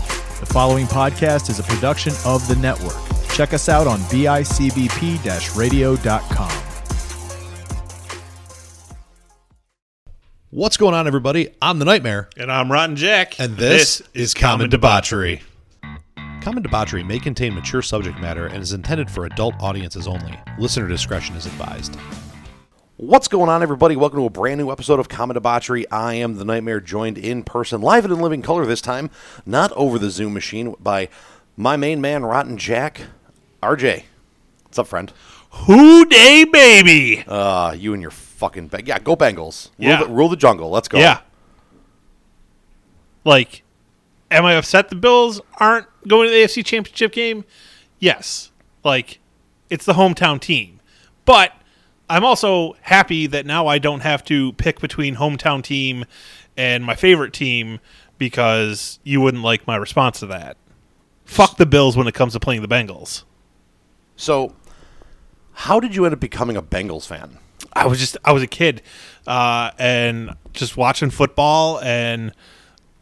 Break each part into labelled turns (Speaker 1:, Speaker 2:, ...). Speaker 1: following podcast is a production of the network. Check us out on bicbp radio.com.
Speaker 2: What's going on, everybody? I'm the Nightmare,
Speaker 3: And I'm Rotten Jack.
Speaker 2: and this, is Common Debauchery. Common Debauchery may contain mature subject matter and is intended for adult audiences only. Listener discretion is advised.
Speaker 4: What's going on, everybody? Welcome to a brand new episode of Common Debauchery. I am the Nightmare, joined in person, live and in living color this time, not over the Zoom machine, by my main man, Rotten Jack, RJ. What's up, friend?
Speaker 3: Who Day Baby.
Speaker 4: Uh, you and your fucking ba- yeah, go Bengals. Rule,
Speaker 3: Yeah.
Speaker 4: the, rule the jungle. Let's go.
Speaker 3: yeah. Like, am I upset the Bills aren't going to the AFC Championship game? Yes. Like, it's the hometown team. But I'm also happy that now I don't have to pick between hometown team and my favorite team because you wouldn't like my response to that. Fuck the Bills when it comes to playing the Bengals.
Speaker 4: So, how did you end up becoming a Bengals fan?
Speaker 3: I was just I was a kid, uh, and just watching football, and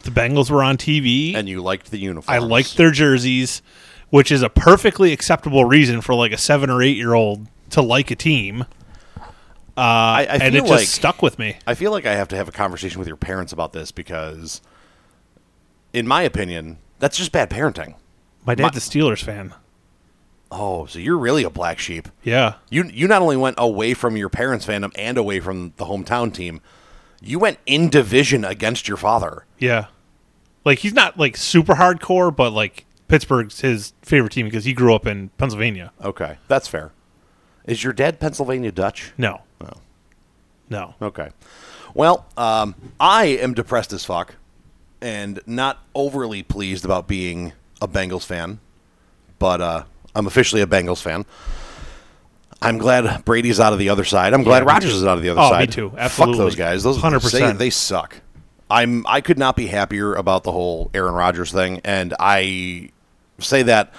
Speaker 3: the Bengals were on TV,
Speaker 4: And you liked the uniform.
Speaker 3: I liked their jerseys, which is a perfectly acceptable reason for like a seven or eight year old to like a team,
Speaker 4: I, I
Speaker 3: and
Speaker 4: feel
Speaker 3: it just
Speaker 4: like
Speaker 3: stuck with me.
Speaker 4: I feel like I have to have a conversation with your parents about this because, in my opinion, that's just bad parenting.
Speaker 3: My dad's a Steelers fan.
Speaker 4: Oh, so you're really a black sheep.
Speaker 3: Yeah,
Speaker 4: You you not only went away from your parents' fandom and away from the hometown team, you went in division against your father.
Speaker 3: yeah. Like he's not like super hardcore, but like Pittsburgh's his favorite team because he grew up in Pennsylvania.
Speaker 4: Okay, that's fair. Is your dad Pennsylvania Dutch?
Speaker 3: No,
Speaker 4: Oh.
Speaker 3: no.
Speaker 4: Okay. Well, um, I am depressed as fuck and not overly pleased about being a Bengals fan, but uh, I'm officially a Bengals fan. I'm glad Brady's out of the other side. I'm glad
Speaker 3: me
Speaker 4: Rodgers
Speaker 3: too.
Speaker 4: is out of the other
Speaker 3: Oh, me
Speaker 4: side.
Speaker 3: too.
Speaker 4: Fuck those
Speaker 3: Absolutely.
Speaker 4: guys. Those They,
Speaker 3: 100%.
Speaker 4: they suck. I'm. I could not be happier about the whole Aaron Rodgers thing, and I say that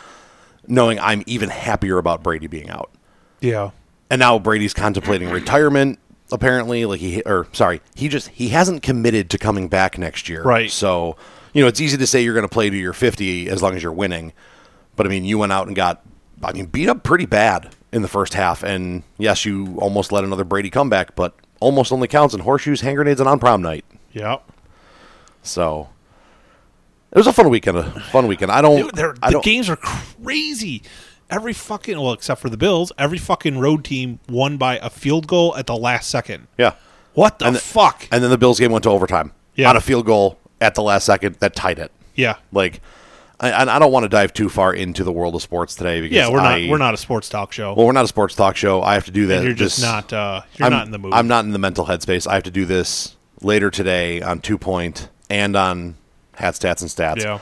Speaker 4: knowing I'm even happier about Brady being out
Speaker 3: Yeah,
Speaker 4: and now Brady's contemplating retirement. Apparently, like he or sorry, he just he hasn't committed to coming back next year.
Speaker 3: Right.
Speaker 4: So you know it's easy to say you're going to play to your 50 as long as you're winning, but I mean you went out and got I mean beat up pretty bad in the first half, and yes, you almost let another Brady comeback, but almost only counts in horseshoes, hand grenades, and on prom night.
Speaker 3: yeah.
Speaker 4: So it was a fun weekend. A fun weekend. I don't.
Speaker 3: Dude, they're,
Speaker 4: Oh, I
Speaker 3: the
Speaker 4: don't,
Speaker 3: games are crazy. Every fucking well, except for the Bills, every fucking road team won by a field goal at the last second.
Speaker 4: Yeah.
Speaker 3: What the
Speaker 4: And the-
Speaker 3: fuck?
Speaker 4: And then the Bills game went to overtime
Speaker 3: Yeah.
Speaker 4: on a field goal at the last second that tied it.
Speaker 3: yeah,
Speaker 4: Like, I, and I don't want to dive too far into the world of sports today because
Speaker 3: yeah. We're not
Speaker 4: I-
Speaker 3: we're not a sports talk show.
Speaker 4: Well, we're not a sports talk show. I have to do that.
Speaker 3: you're just
Speaker 4: this-
Speaker 3: not uh, you're
Speaker 4: I'm,
Speaker 3: not in the mood.
Speaker 4: I'm not in the mental headspace. I have to do this later today on two point and on hat stats and stats.
Speaker 3: Yeah,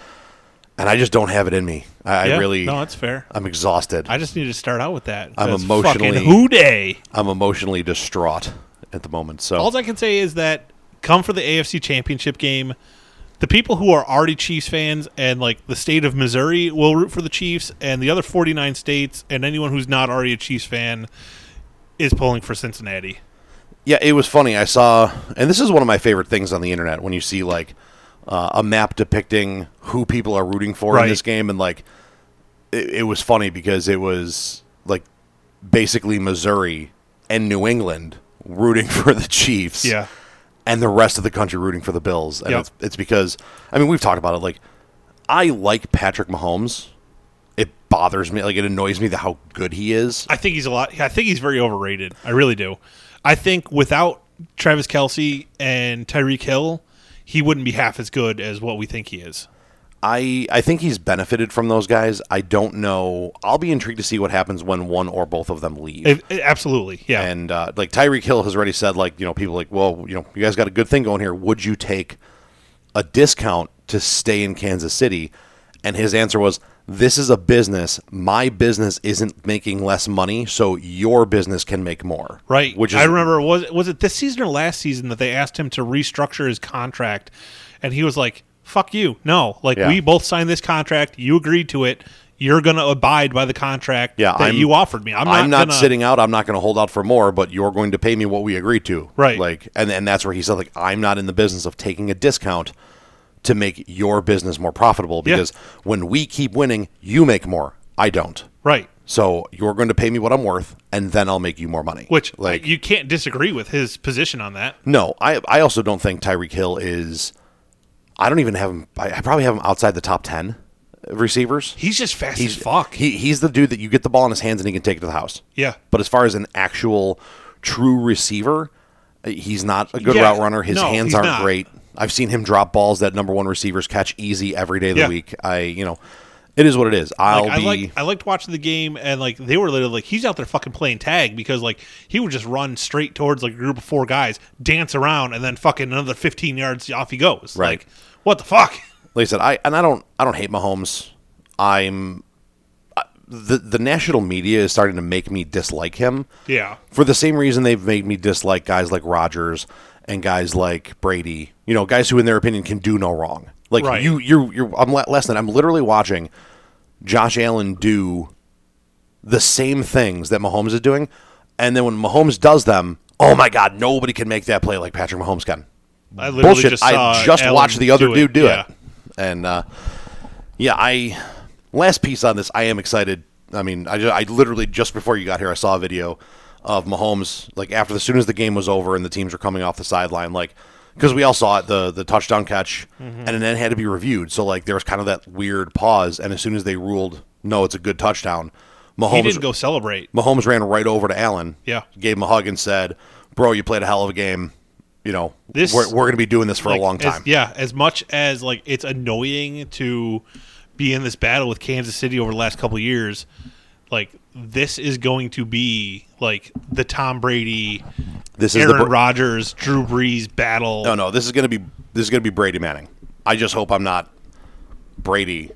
Speaker 4: And I just don't have it in me. I,
Speaker 3: Yeah,
Speaker 4: I really.
Speaker 3: No, it's fair.
Speaker 4: I'm exhausted.
Speaker 3: I just need to start out with that.
Speaker 4: I'm
Speaker 3: That's
Speaker 4: emotionally-
Speaker 3: fucking who day.
Speaker 4: I'm emotionally distraught at the moment. So
Speaker 3: All I can say is that come for the AFC Championship game. The people who are already Chiefs fans and like the state of Missouri will root for the Chiefs, and the other 49 states and anyone who's not already a Chiefs fan is pulling for Cincinnati.
Speaker 4: Yeah, it was funny. I saw, and this is one of my favorite things on the internet when you see like uh, a map depicting who people are rooting for
Speaker 3: Right.
Speaker 4: in this game, and like it, it was funny because it was like basically Missouri and New England rooting for the Chiefs,
Speaker 3: Yeah.
Speaker 4: and the rest of the country rooting for the Bills, and
Speaker 3: Yep.
Speaker 4: it's, it's because I mean we've talked about it. Like I like Patrick Mahomes. It bothers me, like it annoys me that how good he is.
Speaker 3: I think he's a lot. I think he's very overrated. I really do. I think without Travis Kelsey and Tyreek Hill, he wouldn't be half as good as what we think he is.
Speaker 4: I I think he's benefited from those guys. I don't know. I'll be intrigued to see what happens when one or both of them leave.
Speaker 3: If- absolutely. Yeah.
Speaker 4: and uh, like Tyreek Hill has already said, like you know, people like, well, you know, you guys got a good thing going here. Would you take a discount to stay in Kansas City? And his answer was, "This is a business. My business isn't making less money, so your business can make more."
Speaker 3: Right.
Speaker 4: Which is
Speaker 3: I remember was was it this season or last season that they asked him to restructure his contract and he was like, "Fuck you. No. Like
Speaker 4: Yeah.
Speaker 3: we both signed this contract. You agreed to it. You're going to abide by the contract
Speaker 4: Yeah,
Speaker 3: that
Speaker 4: I'm-
Speaker 3: you offered me. I'm not,
Speaker 4: I'm not
Speaker 3: gonna,
Speaker 4: sitting out. I'm not going to hold out for more, but you're going to pay me what we agreed to.
Speaker 3: Right.
Speaker 4: Like, and and that's where he said, like, I'm not in the business of taking a discount to make your business more profitable because when we keep winning, you make more. I don't.
Speaker 3: Right.
Speaker 4: So you're going to pay me what I'm worth, and then I'll make you more money.
Speaker 3: Which like you can't disagree with his position on that.
Speaker 4: No, I I also don't think Tyreek Hill is. I don't even have him. I, I probably have him outside the top ten receivers.
Speaker 3: He's just fast as fuck.
Speaker 4: He he's the dude that you get the ball in his hands and he can take it to the house.
Speaker 3: Yeah.
Speaker 4: But as far as an actual true receiver, uh, he's not a good
Speaker 3: Yeah.
Speaker 4: route runner. His
Speaker 3: No,
Speaker 4: hands
Speaker 3: he's
Speaker 4: aren't
Speaker 3: not.
Speaker 4: great. I've seen him drop balls that number one receivers catch easy every day of the
Speaker 3: Yeah.
Speaker 4: week. I you know, it is what it is. I'll
Speaker 3: Like, I
Speaker 4: be
Speaker 3: like I liked watching the game and like they were literally like he's out there fucking playing tag because like he would just run straight towards like a group of four guys, dance around, and then fucking another fifteen yards off he goes.
Speaker 4: Right.
Speaker 3: Like what the fuck?
Speaker 4: like I said, I and I don't I don't hate Mahomes. I'm I- the the national media is starting to make me dislike him.
Speaker 3: Yeah.
Speaker 4: For the same reason they've made me dislike guys like Rogers and guys like Brady. You know, guys who in their opinion can do no wrong. Like
Speaker 3: Right.
Speaker 4: you you you I'm le- less than I'm literally watching Josh Allen do the same things that Mahomes is doing and then when Mahomes does them, oh my god, nobody can make that play like Patrick Mahomes can.
Speaker 3: I literally
Speaker 4: Bullshit.
Speaker 3: just saw
Speaker 4: I just
Speaker 3: Allen
Speaker 4: watched the other
Speaker 3: do
Speaker 4: dude do
Speaker 3: Yeah.
Speaker 4: it. And uh, yeah, I last piece on this. I am excited. I mean, I, ju- I literally just before you got here, I saw a video of Mahomes like after as soon as the game was over and the teams were coming off the sideline, like because we all saw it the the touchdown catch,
Speaker 3: Mm-hmm.
Speaker 4: and then it had to be reviewed. So like there was kind of that weird pause, and as soon as they ruled no, it's a good touchdown,
Speaker 3: He
Speaker 4: Mahomes
Speaker 3: didn't go celebrate.
Speaker 4: Mahomes ran right over to Allen.
Speaker 3: Yeah.
Speaker 4: gave him a hug and said, "Bro, you played a hell of a game. You know,
Speaker 3: This-
Speaker 4: we're, we're going to be doing this for a
Speaker 3: Like,
Speaker 4: long
Speaker 3: as-
Speaker 4: time."
Speaker 3: yeah, as much as like it's annoying to be in this battle with Kansas City over the last couple of years, like this is going to be like the Tom Brady,
Speaker 4: This is the
Speaker 3: Aaron
Speaker 4: Br-
Speaker 3: Rodgers, Drew Brees battle.
Speaker 4: No, no, this is gonna be this is gonna be Brady Manning. I just hope I'm not Brady,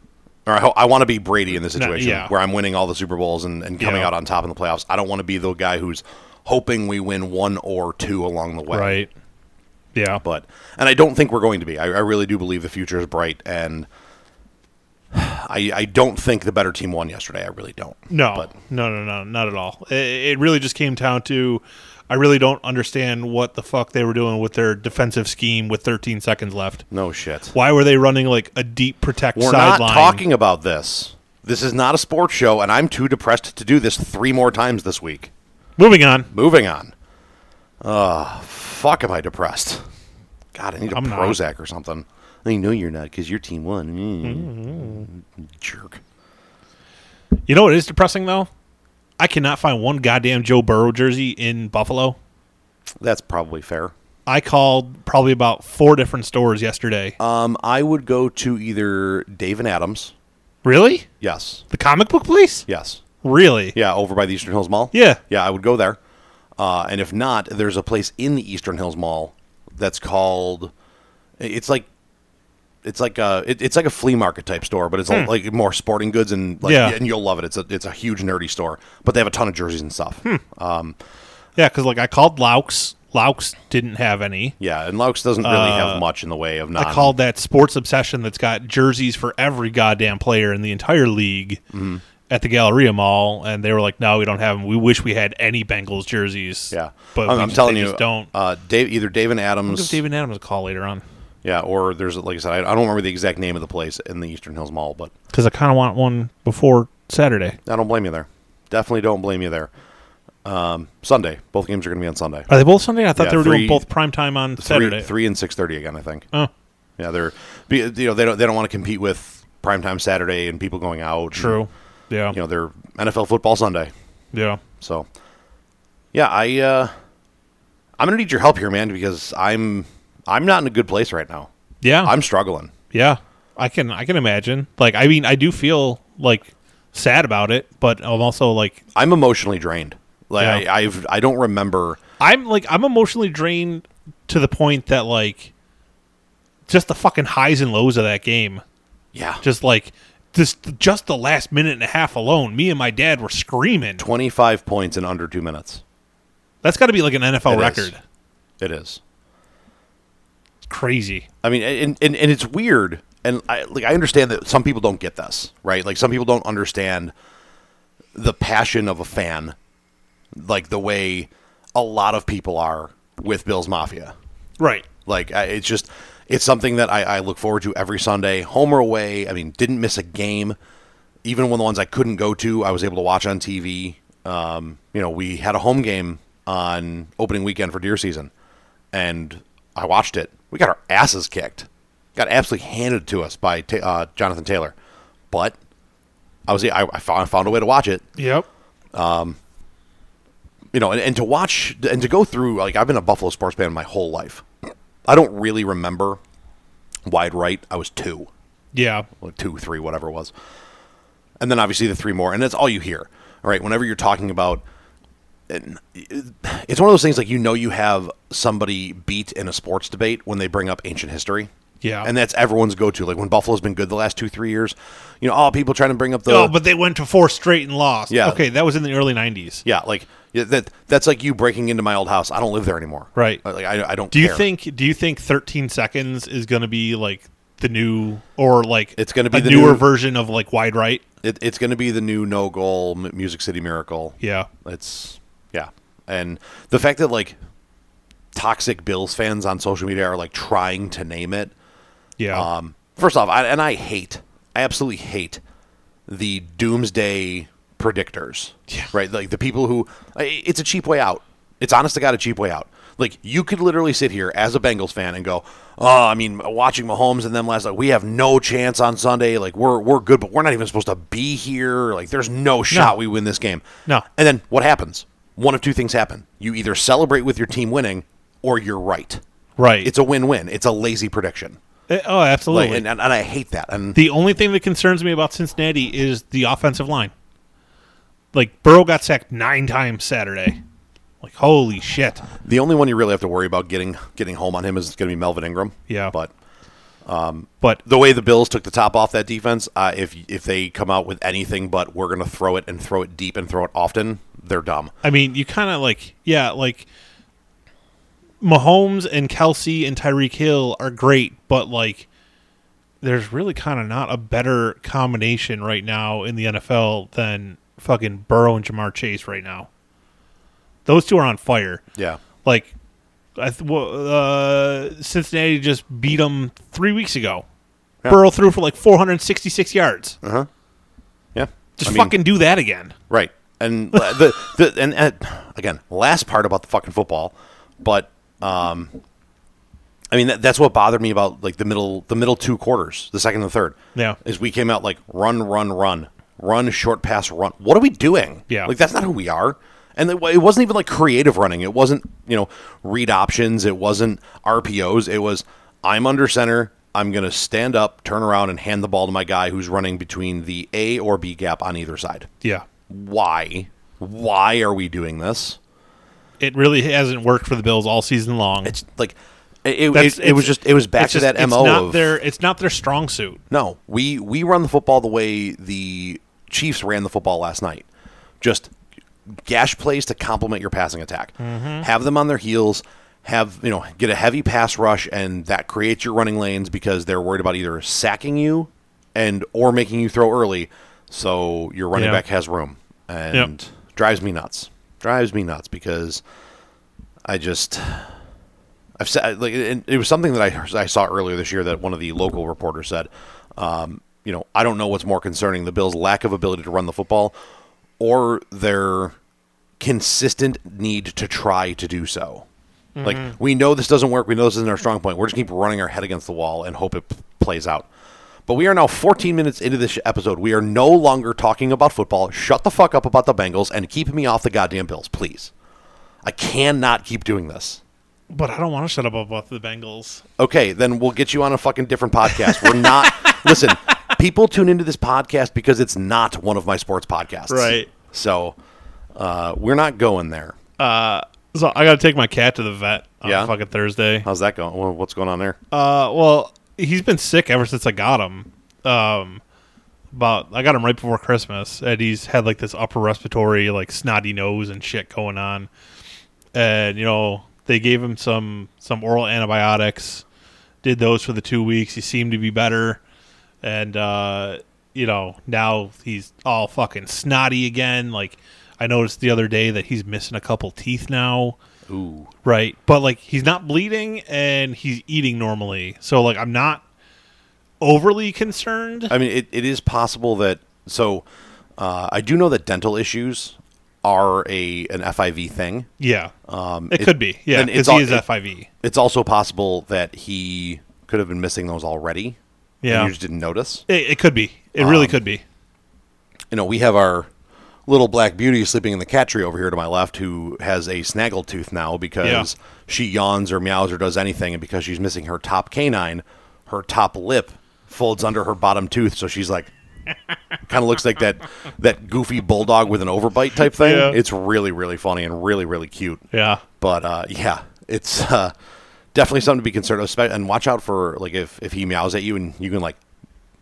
Speaker 4: or I, ho- I want to be Brady in this situation
Speaker 3: yeah.
Speaker 4: where I'm winning all the Super Bowls and, and coming
Speaker 3: Yeah.
Speaker 4: out on top in the playoffs. I don't want to be the guy who's hoping we win one or two along the way.
Speaker 3: Right. Yeah.
Speaker 4: But and I don't think we're going to be. I, I really do believe the future is bright, and I, I don't think the better team won yesterday. I really don't.
Speaker 3: No,
Speaker 4: but
Speaker 3: no, no, no, not at all. It, it really just came down to I really don't understand what the fuck they were doing with their defensive scheme with 13 seconds left.
Speaker 4: no shit.
Speaker 3: Why were they running like a deep protect
Speaker 4: We're not
Speaker 3: sideline?
Speaker 4: talking about this. This is not a sports show, and I'm too depressed to do this three more times this week.
Speaker 3: Moving on.
Speaker 4: Moving on. Oh, fuck, am I depressed? God, I need a
Speaker 3: I'm not.
Speaker 4: Prozac or something. I know you're not because your team won.
Speaker 3: Mm-hmm.
Speaker 4: Mm. Jerk.
Speaker 3: You know what is depressing though? I cannot find one goddamn Joe Burrow jersey in Buffalo.
Speaker 4: That's probably fair.
Speaker 3: I called probably about four different stores yesterday.
Speaker 4: Um, I would go to either Dave and Adams.
Speaker 3: really?
Speaker 4: Yes.
Speaker 3: The comic book place?
Speaker 4: Yes.
Speaker 3: Really?
Speaker 4: Yeah, over by the Eastern Hills Mall.
Speaker 3: Yeah.
Speaker 4: Yeah, I would go there. Uh, and if not, there's a place in the Eastern Hills Mall that's called. It's like. It's like a it, it's like a flea market type store, but it's a- like more sporting goods and like,
Speaker 3: Hmm. Yeah.
Speaker 4: and you'll love it. It's a it's a huge nerdy store, but they have a ton of jerseys and stuff.
Speaker 3: Hmm.
Speaker 4: Um,
Speaker 3: Yeah, because like I called Laux. Laux didn't have any.
Speaker 4: yeah, and Laux doesn't really have much in the way of non.
Speaker 3: Uh, I called that sports obsession that's got jerseys for every goddamn player in the entire league
Speaker 4: Mm-hmm.
Speaker 3: at the Galleria Mall, and they were like, "No, we don't have them. We wish we had any Bengals jerseys."
Speaker 4: yeah,
Speaker 3: but
Speaker 4: I'm,
Speaker 3: we
Speaker 4: I'm
Speaker 3: just-
Speaker 4: telling
Speaker 3: they
Speaker 4: you,
Speaker 3: just don't.
Speaker 4: Uh, Dave, either Dave and
Speaker 3: I'll give
Speaker 4: Adams,
Speaker 3: David Adams a call later on
Speaker 4: yeah, or there's like I said, I, I don't remember the exact name of the place in the Eastern Hills Mall, but
Speaker 3: because I kind of want one before Saturday.
Speaker 4: I don't blame you there. Definitely don't blame you there. Um, Sunday, both games are going to be on Sunday.
Speaker 3: Are they both Sunday? I thought
Speaker 4: Yeah,
Speaker 3: they were
Speaker 4: three-
Speaker 3: doing both prime time on Oh, Saturday.
Speaker 4: Three, three and six thirty again, I think.
Speaker 3: Oh,
Speaker 4: Yeah, they're be- you know they don't they don't want to compete with primetime Saturday and people going out.
Speaker 3: true. Yeah,
Speaker 4: And, you know they're NFL football Sunday,
Speaker 3: yeah.
Speaker 4: so yeah, I uh, I'm going to need your help here, man, because I'm I'm not in a good place right now.
Speaker 3: Yeah,
Speaker 4: I'm struggling.
Speaker 3: yeah. I can I can imagine. Like, I mean, I do feel like sad about it, but I'm also like
Speaker 4: I'm emotionally drained. Like
Speaker 3: Yeah.
Speaker 4: I, I've I don't remember.
Speaker 3: I'm like I'm emotionally drained to the point that like just the fucking highs and lows of that game.
Speaker 4: Yeah,
Speaker 3: Just like just just the last minute and a half alone, me and my dad were screaming.
Speaker 4: 25 points in under two minutes.
Speaker 3: That's got to be like an NFL
Speaker 4: It is.
Speaker 3: record.
Speaker 4: It is.
Speaker 3: It's crazy.
Speaker 4: I mean, and, and, and it's weird. And I like I understand that some people don't get this, right? Like some people don't understand the passion of a fan, like the way a lot of people are with Bills Mafia.
Speaker 3: Right.
Speaker 4: Like I, it's just it's something that I, I look forward to every Sunday, home or away. I mean, didn't miss a game. Even when the ones I couldn't go to, I was able to watch on TV. Um, you know, we had a home game on opening weekend for deer season, and I watched it. We got our asses kicked, got absolutely handed to us by Ta- uh, Jonathan Taylor, but I was I, I found, I found a way to watch it
Speaker 3: Yep.
Speaker 4: you know, and, and to watch and to go through like I've been a Buffalo sports fan my whole life. I don't really remember wide right. I was two,
Speaker 3: Yeah.
Speaker 4: or two, three, whatever it was, and then obviously the three more, and that's all you hear. All right, whenever you're talking about, and it's one of those things like you know you have somebody beat in a sports debate when they bring up ancient history.
Speaker 3: Yeah.
Speaker 4: and that's everyone's go-to. Like when Buffalo's been good the last two, three years, you know, all people trying to bring up the
Speaker 3: oh, but they went to four straight and lost.
Speaker 4: Yeah.
Speaker 3: Okay, that was in the early '90s.
Speaker 4: yeah, like yeah, that. That's like you breaking into my old house. I don't live there anymore.
Speaker 3: Right.
Speaker 4: Like I, I don't.
Speaker 3: Do you
Speaker 4: care.
Speaker 3: think? Do you think 13 seconds is going to be like the new, or like
Speaker 4: It's gonna be
Speaker 3: a
Speaker 4: the
Speaker 3: newer
Speaker 4: new-
Speaker 3: version of like wide right?
Speaker 4: it, it's going to be the new no goal M- Music City Miracle?
Speaker 3: Yeah.
Speaker 4: It's yeah, and the fact that like toxic Bills fans on social media are like trying to name it.
Speaker 3: Yeah.
Speaker 4: Um, first off, I, and I hate, I absolutely hate the doomsday predictors.
Speaker 3: Yeah.
Speaker 4: Right, like the people who I- it's a cheap way out. It's honest to God, a cheap way out. Like you could literally sit here as a Bengals fan and go, "Oh, I mean, watching Mahomes and them last night, we have no chance on Sunday. Like we're we're good, but we're not even supposed to be here. Like there's no shot we win this game."
Speaker 3: No.
Speaker 4: And then what happens? One of two things happen. You either celebrate with your team winning, or you're right.
Speaker 3: right.
Speaker 4: It's a win-win. It's a lazy prediction.
Speaker 3: Uh, oh, absolutely.
Speaker 4: Like, and, and, and I hate that. And
Speaker 3: The only thing that concerns me about Cincinnati is the offensive line. Like Burrow got sacked nine times Saturday. Like holy shit.
Speaker 4: the only one you really have to worry about getting getting home on him is going to be Melvin Ingram.
Speaker 3: Yeah.
Speaker 4: but
Speaker 3: But
Speaker 4: the way the Bills took the top off that defense, uh, if if they come out with anything but we're going to throw it and throw it deep and throw it often, they're dumb.
Speaker 3: I mean, you kind of like yeah, like Mahomes and Kelsey and Tyreek Hill are great, but like there's really kind of not a better combination right now in the NFL than fucking Burrow and Jamar Chase right now. Those two are on fire.
Speaker 4: Yeah,
Speaker 3: like I th- well, uh, Cincinnati just beat them three weeks ago. Burrow threw for like 466 yards.
Speaker 4: yeah,
Speaker 3: Just
Speaker 4: Uh-huh. I mean,
Speaker 3: fucking do that again.
Speaker 4: right. And la- the the and, and again, last part about the fucking football, but um, I mean that, that's what bothered me about like the middle the middle two quarters, the second and the third.
Speaker 3: Yeah.
Speaker 4: is we came out like run, run, run, run, short pass, run. What are we doing?
Speaker 3: Yeah.
Speaker 4: like that's not who we are. And it it wasn't even like creative running. It wasn't you know read options. It wasn't RPOs. It was I'm under center. I'm gonna stand up, turn around, and hand the ball to my guy who's running between the A or B gap on either side.
Speaker 3: Yeah.
Speaker 4: Why? Why are we doing this?
Speaker 3: It really hasn't worked for the Bills all season long.
Speaker 4: It's like it,
Speaker 3: That's-
Speaker 4: it, it was
Speaker 3: it's-
Speaker 4: just it was back
Speaker 3: it's
Speaker 4: to
Speaker 3: just-
Speaker 4: that
Speaker 3: it's
Speaker 4: mo
Speaker 3: Not
Speaker 4: of
Speaker 3: their, it's not their strong suit.
Speaker 4: No, we we run the football the way the Chiefs ran the football last night. Just gash plays to complement your passing attack. Have them on their heels. Have you know get a heavy pass rush, and that creates your running lanes because they're worried about either sacking you and or making you throw early, so your running
Speaker 3: Yeah.
Speaker 4: back has room, and drives me nuts. Drives me nuts because I just I've said like it, it was something that I I saw earlier this year that one of the local reporters said. Um, you know, I don't know what's more concerning: the Bills' lack of ability to run the football, or their consistent need to try to do so. Like we know this doesn't work. We know this isn't our strong point. We're just keep running our head against the wall and hope it p- plays out. But we are now 14 minutes into this episode. We are no longer talking about football. Shut the fuck up about the Bengals and keep me off the goddamn Bills, please. I cannot keep doing this.
Speaker 3: But I don't want to shut up about the Bengals.
Speaker 4: Okay, then we'll get you on a fucking different podcast. We're not. listen, people tune into this podcast because it's not one of my sports podcasts.
Speaker 3: Right.
Speaker 4: So uh, we're not going there.
Speaker 3: So I got to take my cat to the vet on
Speaker 4: Yeah?
Speaker 3: fucking Thursday.
Speaker 4: How's that going? Well, What's going on there?
Speaker 3: Uh, well, he's been sick ever since I got him. Um, about I got him right before Christmas, and he's had like this upper respiratory, like snotty nose and shit going on. And you know, they gave him some some oral antibiotics. Did those for the two weeks. He seemed to be better, and uh, you know now he's all fucking snotty again. Like I noticed the other day that he's missing a couple teeth now.
Speaker 4: Ooh.
Speaker 3: right? But like he's not bleeding and he's eating normally, so like I'm not overly concerned.
Speaker 4: I mean, it, it is possible that so uh, I do know that dental issues are a an FIV thing.
Speaker 3: yeah,
Speaker 4: Um,
Speaker 3: it, could be. Yeah,
Speaker 4: and
Speaker 3: because
Speaker 4: it's
Speaker 3: he
Speaker 4: all-
Speaker 3: is
Speaker 4: it-
Speaker 3: FIV.
Speaker 4: It's also possible that he could have been missing those already. and
Speaker 3: Yeah,
Speaker 4: you
Speaker 3: it,
Speaker 4: just didn't notice.
Speaker 3: it could be. It really
Speaker 4: Um,
Speaker 3: could be.
Speaker 4: You know, we have our little black beauty sleeping in the cat tree over here to my left, who has a snaggle tooth now because
Speaker 3: Yeah.
Speaker 4: she yawns or meows or does anything, and because she's missing her top canine, her top lip folds under her bottom tooth, so she's like. kind of looks like that that goofy bulldog with an overbite type thing.
Speaker 3: Yeah.
Speaker 4: It's really really funny and really really cute.
Speaker 3: Yeah,
Speaker 4: But uh, yeah, it's uh, definitely something to be concerned of. spe- And watch out for like if, if he meows at you and you can like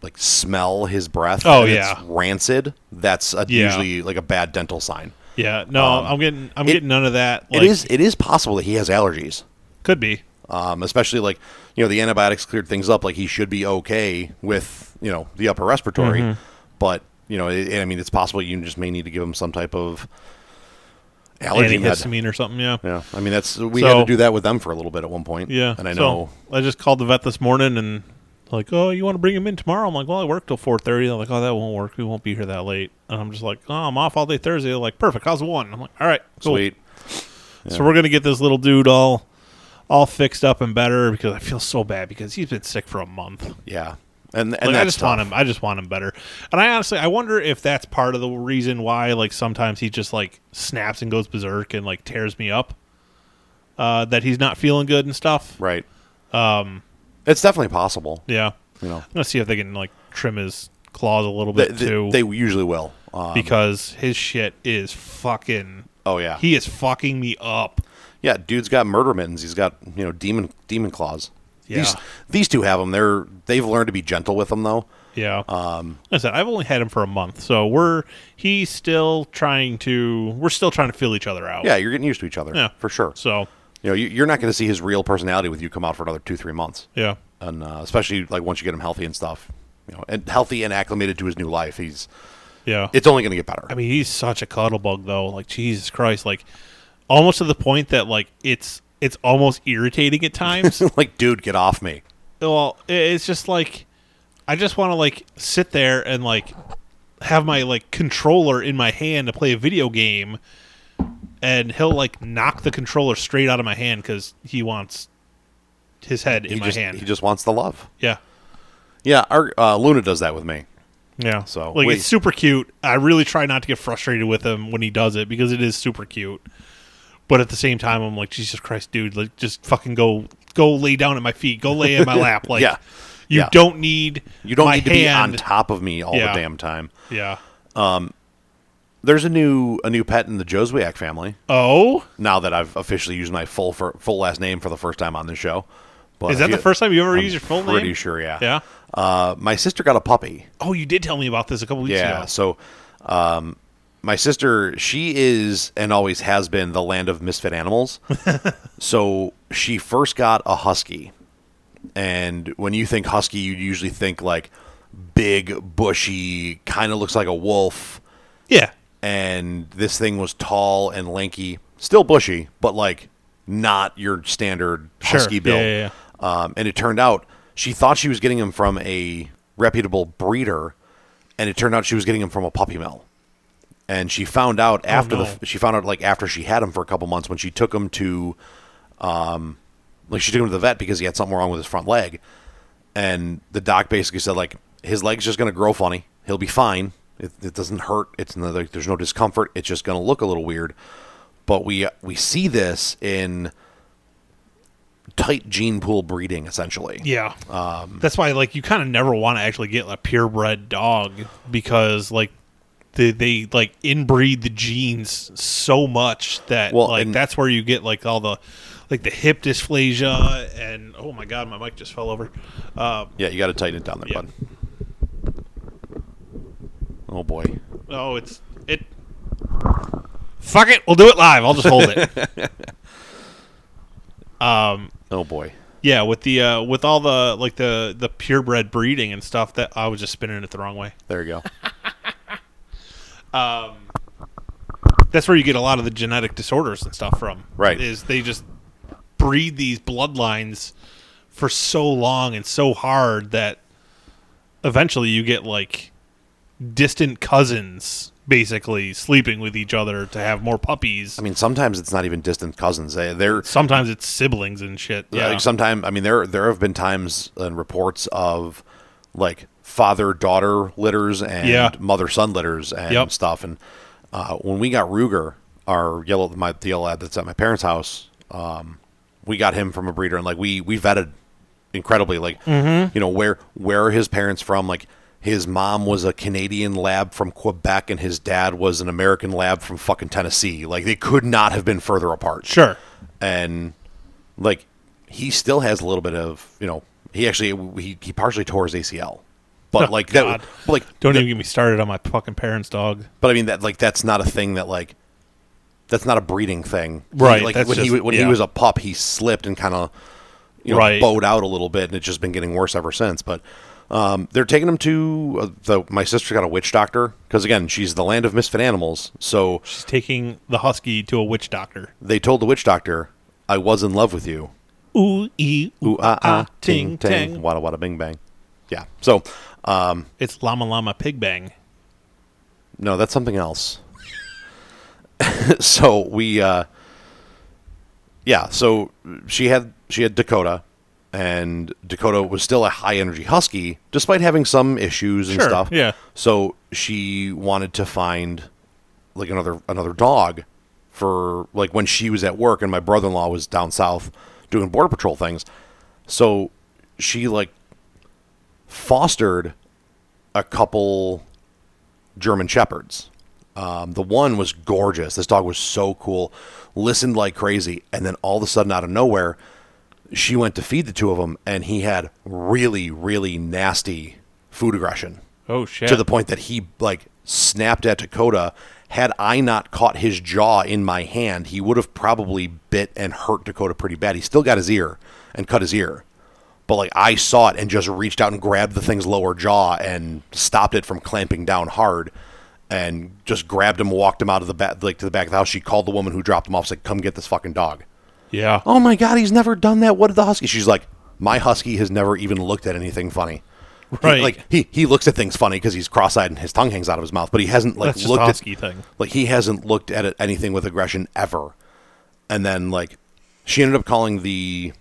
Speaker 4: like smell his breath.
Speaker 3: Oh,
Speaker 4: and
Speaker 3: yeah.
Speaker 4: it's rancid. That's a,
Speaker 3: Yeah.
Speaker 4: usually like a bad dental sign.
Speaker 3: yeah. No, I'm getting I'm getting none of that. Like,
Speaker 4: um, it is it is possible that he has allergies.
Speaker 3: could be.
Speaker 4: Um, especially like you know the antibiotics cleared things up. Like he should be okay with you know the upper respiratory,
Speaker 3: Mm-hmm.
Speaker 4: but you know it, I mean it's possible you just may need to give him some type of allergy med.
Speaker 3: Antihistamine or something. Yeah.
Speaker 4: Yeah, I mean that's we
Speaker 3: So-
Speaker 4: had to do that with them for a little bit at one point.
Speaker 3: Yeah.
Speaker 4: and I
Speaker 3: So,
Speaker 4: know
Speaker 3: I just called the vet this morning and like, oh, you want to bring him in tomorrow? I'm like, well, I work till four thirty. They're like, oh, that won't work. We won't be here that late. And I'm just like, oh, I'm off all day Thursday. They're like, perfect. How's one? I'm like, all right, cool.
Speaker 4: sweet.
Speaker 3: So we're gonna get this little dude all all fixed up and better because I feel so bad because he's been sick for a month.
Speaker 4: Yeah, and and
Speaker 3: Like,
Speaker 4: that's
Speaker 3: I just want
Speaker 4: tough.
Speaker 3: him. I just want him better. And I honestly, I wonder if that's part of the reason why, like, sometimes he just like snaps and goes berserk and like tears me up. Uh, that he's not feeling good and stuff.
Speaker 4: right? Um, it's definitely possible.
Speaker 3: Yeah.
Speaker 4: You know,
Speaker 3: I'm gonna see if they can like trim his claws a little
Speaker 4: they,
Speaker 3: bit
Speaker 4: they-
Speaker 3: too,
Speaker 4: they usually will. Um,
Speaker 3: because his shit is fucking.
Speaker 4: oh yeah,
Speaker 3: He is fucking me up.
Speaker 4: yeah. Dude's got murder mittens. He's got you know demon demon claws. These
Speaker 3: Yeah.
Speaker 4: these two have them. They're they've learned to be gentle with them though.
Speaker 3: Yeah.
Speaker 4: Um,
Speaker 3: Like I said I've only had him for a month, so we're he's still trying to we're still trying to fill each other out.
Speaker 4: yeah, you're getting used to each other.
Speaker 3: Oh. Yeah.
Speaker 4: for sure.
Speaker 3: So
Speaker 4: You know, you, you're not going to see his real personality with you come out for another two three months,
Speaker 3: yeah.
Speaker 4: and uh, especially like once you get him healthy and stuff. You know, and healthy and acclimated to his new life. He's
Speaker 3: Yeah.
Speaker 4: it's only going to get better.
Speaker 3: I mean, he's such a cuddlebug, though. Like Jesus Christ, like almost to the point that like it's it's almost irritating at times.
Speaker 4: like, dude, get off me.
Speaker 3: well, i- it's just like I just want to like sit there and like have my like controller in my hand to play a video game, and he'll like knock the controller straight out of my hand because he wants his head in
Speaker 4: he
Speaker 3: my
Speaker 4: just
Speaker 3: hand.
Speaker 4: he just wants the love.
Speaker 3: yeah,
Speaker 4: Yeah, our uh, Luna does that with me.
Speaker 3: yeah.
Speaker 4: So,
Speaker 3: like
Speaker 4: wait.
Speaker 3: it's super cute. I really try not to get frustrated with him when he does it because it is super cute. But at the same time, I'm like, Jesus Christ, dude! Like, just fucking go, go lay down at my feet, go lay in my lap. Like,
Speaker 4: Yeah.
Speaker 3: you
Speaker 4: Yeah.
Speaker 3: don't need
Speaker 4: You don't
Speaker 3: my
Speaker 4: need to be on
Speaker 3: hand.
Speaker 4: top of me all
Speaker 3: Yeah.
Speaker 4: the damn time.
Speaker 3: Yeah.
Speaker 4: There's a new a new pet in the Joswiak family.
Speaker 3: Oh,
Speaker 4: Now that I've officially used my full for, full last name for the first time on this show, but
Speaker 3: is that
Speaker 4: if
Speaker 3: the
Speaker 4: you-
Speaker 3: first time you ever
Speaker 4: I'm
Speaker 3: used your full
Speaker 4: pretty
Speaker 3: name?
Speaker 4: sure, yeah.
Speaker 3: Yeah.
Speaker 4: Uh, my sister got a puppy.
Speaker 3: Oh, you did tell me about this a couple weeks
Speaker 4: Yeah.
Speaker 3: ago.
Speaker 4: So, um, my sister, she is and always has been the land of misfit animals. so she first got a husky, and when you think husky, you usually think like big, bushy, kind of looks like a wolf.
Speaker 3: Yeah.
Speaker 4: And this thing was tall and lanky, still bushy, but like not your standard
Speaker 3: Sure.
Speaker 4: husky build.
Speaker 3: Yeah, yeah,
Speaker 4: Um, and it turned out she thought she was getting him from a reputable breeder, and it turned out she was getting him from a puppy mill. And she found out after
Speaker 3: Oh, no.
Speaker 4: the she found out like after she had him for a couple months when she took him to, um, like she took him to the vet because he had something wrong with his front leg, and the doc basically said like his leg's just gonna grow funny. He'll be fine. It, it doesn't hurt. It's no, like, there's no discomfort. It's just gonna look a little weird. But we we see this in tight gene pool breeding essentially.
Speaker 3: Yeah.
Speaker 4: Um,
Speaker 3: That's why, like, you kind of never want to actually get a purebred dog because, like, they, they like inbreed the genes so much that
Speaker 4: Well,
Speaker 3: like
Speaker 4: and-
Speaker 3: that's where you get like all the like the hip dysplasia and oh my god my mic just fell over uh,
Speaker 4: Yeah, you got to tighten it down there,
Speaker 3: Yeah.
Speaker 4: bud. Oh boy.
Speaker 3: oh it's it fuck it we'll do it live I'll just hold it
Speaker 4: Oh boy.
Speaker 3: Yeah, with the uh, with all the like the the purebred breeding and stuff that I was just spinning it the wrong way.
Speaker 4: There you go.
Speaker 3: that's where you get a lot of the genetic disorders and stuff from.
Speaker 4: Right.
Speaker 3: Is they just breed these bloodlines for so long and so hard that eventually you get like distant cousins basically sleeping with each other to have more puppies.
Speaker 4: I mean, sometimes it's not even distant cousins. They, they're
Speaker 3: Sometimes it's siblings and shit. Yeah.
Speaker 4: Like sometime, I mean, there there have been times and reports of like father daughter litters and
Speaker 3: Yeah.
Speaker 4: mother son litters and
Speaker 3: Yep.
Speaker 4: stuff. And uh, when we got Ruger, our yellow my the yellow lab that's at my parents' house, um, we got him from a breeder and like we we vetted incredibly like
Speaker 3: Mm-hmm.
Speaker 4: you know where where are his parents from like. His mom was a Canadian lab from Quebec, and his dad was an American lab from fucking Tennessee. Like they could not have been further apart
Speaker 3: sure.
Speaker 4: and like he still has a little bit of you know he actually he, he partially tore his ACL, but
Speaker 3: Oh,
Speaker 4: like
Speaker 3: God.
Speaker 4: that but, like
Speaker 3: Don't
Speaker 4: that-
Speaker 3: even get me started on my fucking parents' dog.
Speaker 4: but I mean that like that's not a thing that like that's not a breeding thing He-
Speaker 3: Right,
Speaker 4: like
Speaker 3: that's
Speaker 4: when he
Speaker 3: just-
Speaker 4: when
Speaker 3: yeah.
Speaker 4: he was a pup he slipped and kind of you know
Speaker 3: Right.
Speaker 4: bowed out a little bit and it's just been getting worse ever since but. Um, they're taking him to uh, the. My sister got a witch doctor because again, she's the land of misfit animals. So
Speaker 3: She's taking the husky to a witch doctor.
Speaker 4: they told the witch doctor, "I was in love with you."
Speaker 3: Ooh, ee,
Speaker 4: Ooh ah ah,
Speaker 3: ting,
Speaker 4: ting
Speaker 3: tang.
Speaker 4: ting, wada wada, bing bang. Yeah. So, um,
Speaker 3: It's llama llama pig bang.
Speaker 4: no, that's something else. so we, uh, yeah. So she had she had Dakota, and Dakota was still a high energy husky despite having some issues and
Speaker 3: Sure,
Speaker 4: stuff.
Speaker 3: yeah.
Speaker 4: So she wanted to find like another another dog for like when she was at work and my brother-in-law was down south doing border patrol things. So she like fostered a couple German shepherds. Um, the one was gorgeous. This dog was so cool, listened like crazy, and then all of a sudden, out of nowhere, she went to feed the two of them, and he had really, really nasty food aggression
Speaker 3: Oh shit.
Speaker 4: to the point that he like snapped at Dakota. Had I not caught his jaw in my hand, he would have probably bit and hurt Dakota pretty bad. He still got his ear and cut his ear. But like I saw it and just reached out and grabbed the thing's lower jaw and stopped it from clamping down hard and just grabbed him, walked him out of the back like to the back of the house. She called the woman who dropped him off, said, Come get this fucking dog.
Speaker 3: yeah.
Speaker 4: Oh my god, he's never done that. What did the husky? She's like, My husky has never even looked at anything funny. He-
Speaker 3: Right.
Speaker 4: like he he looks at things funny because he's cross-eyed and his tongue hangs out of his mouth, but he hasn't like
Speaker 3: That's just a
Speaker 4: looked
Speaker 3: husky
Speaker 4: at
Speaker 3: thing.
Speaker 4: like he hasn't looked at it, anything with aggression ever. And then like she ended up calling the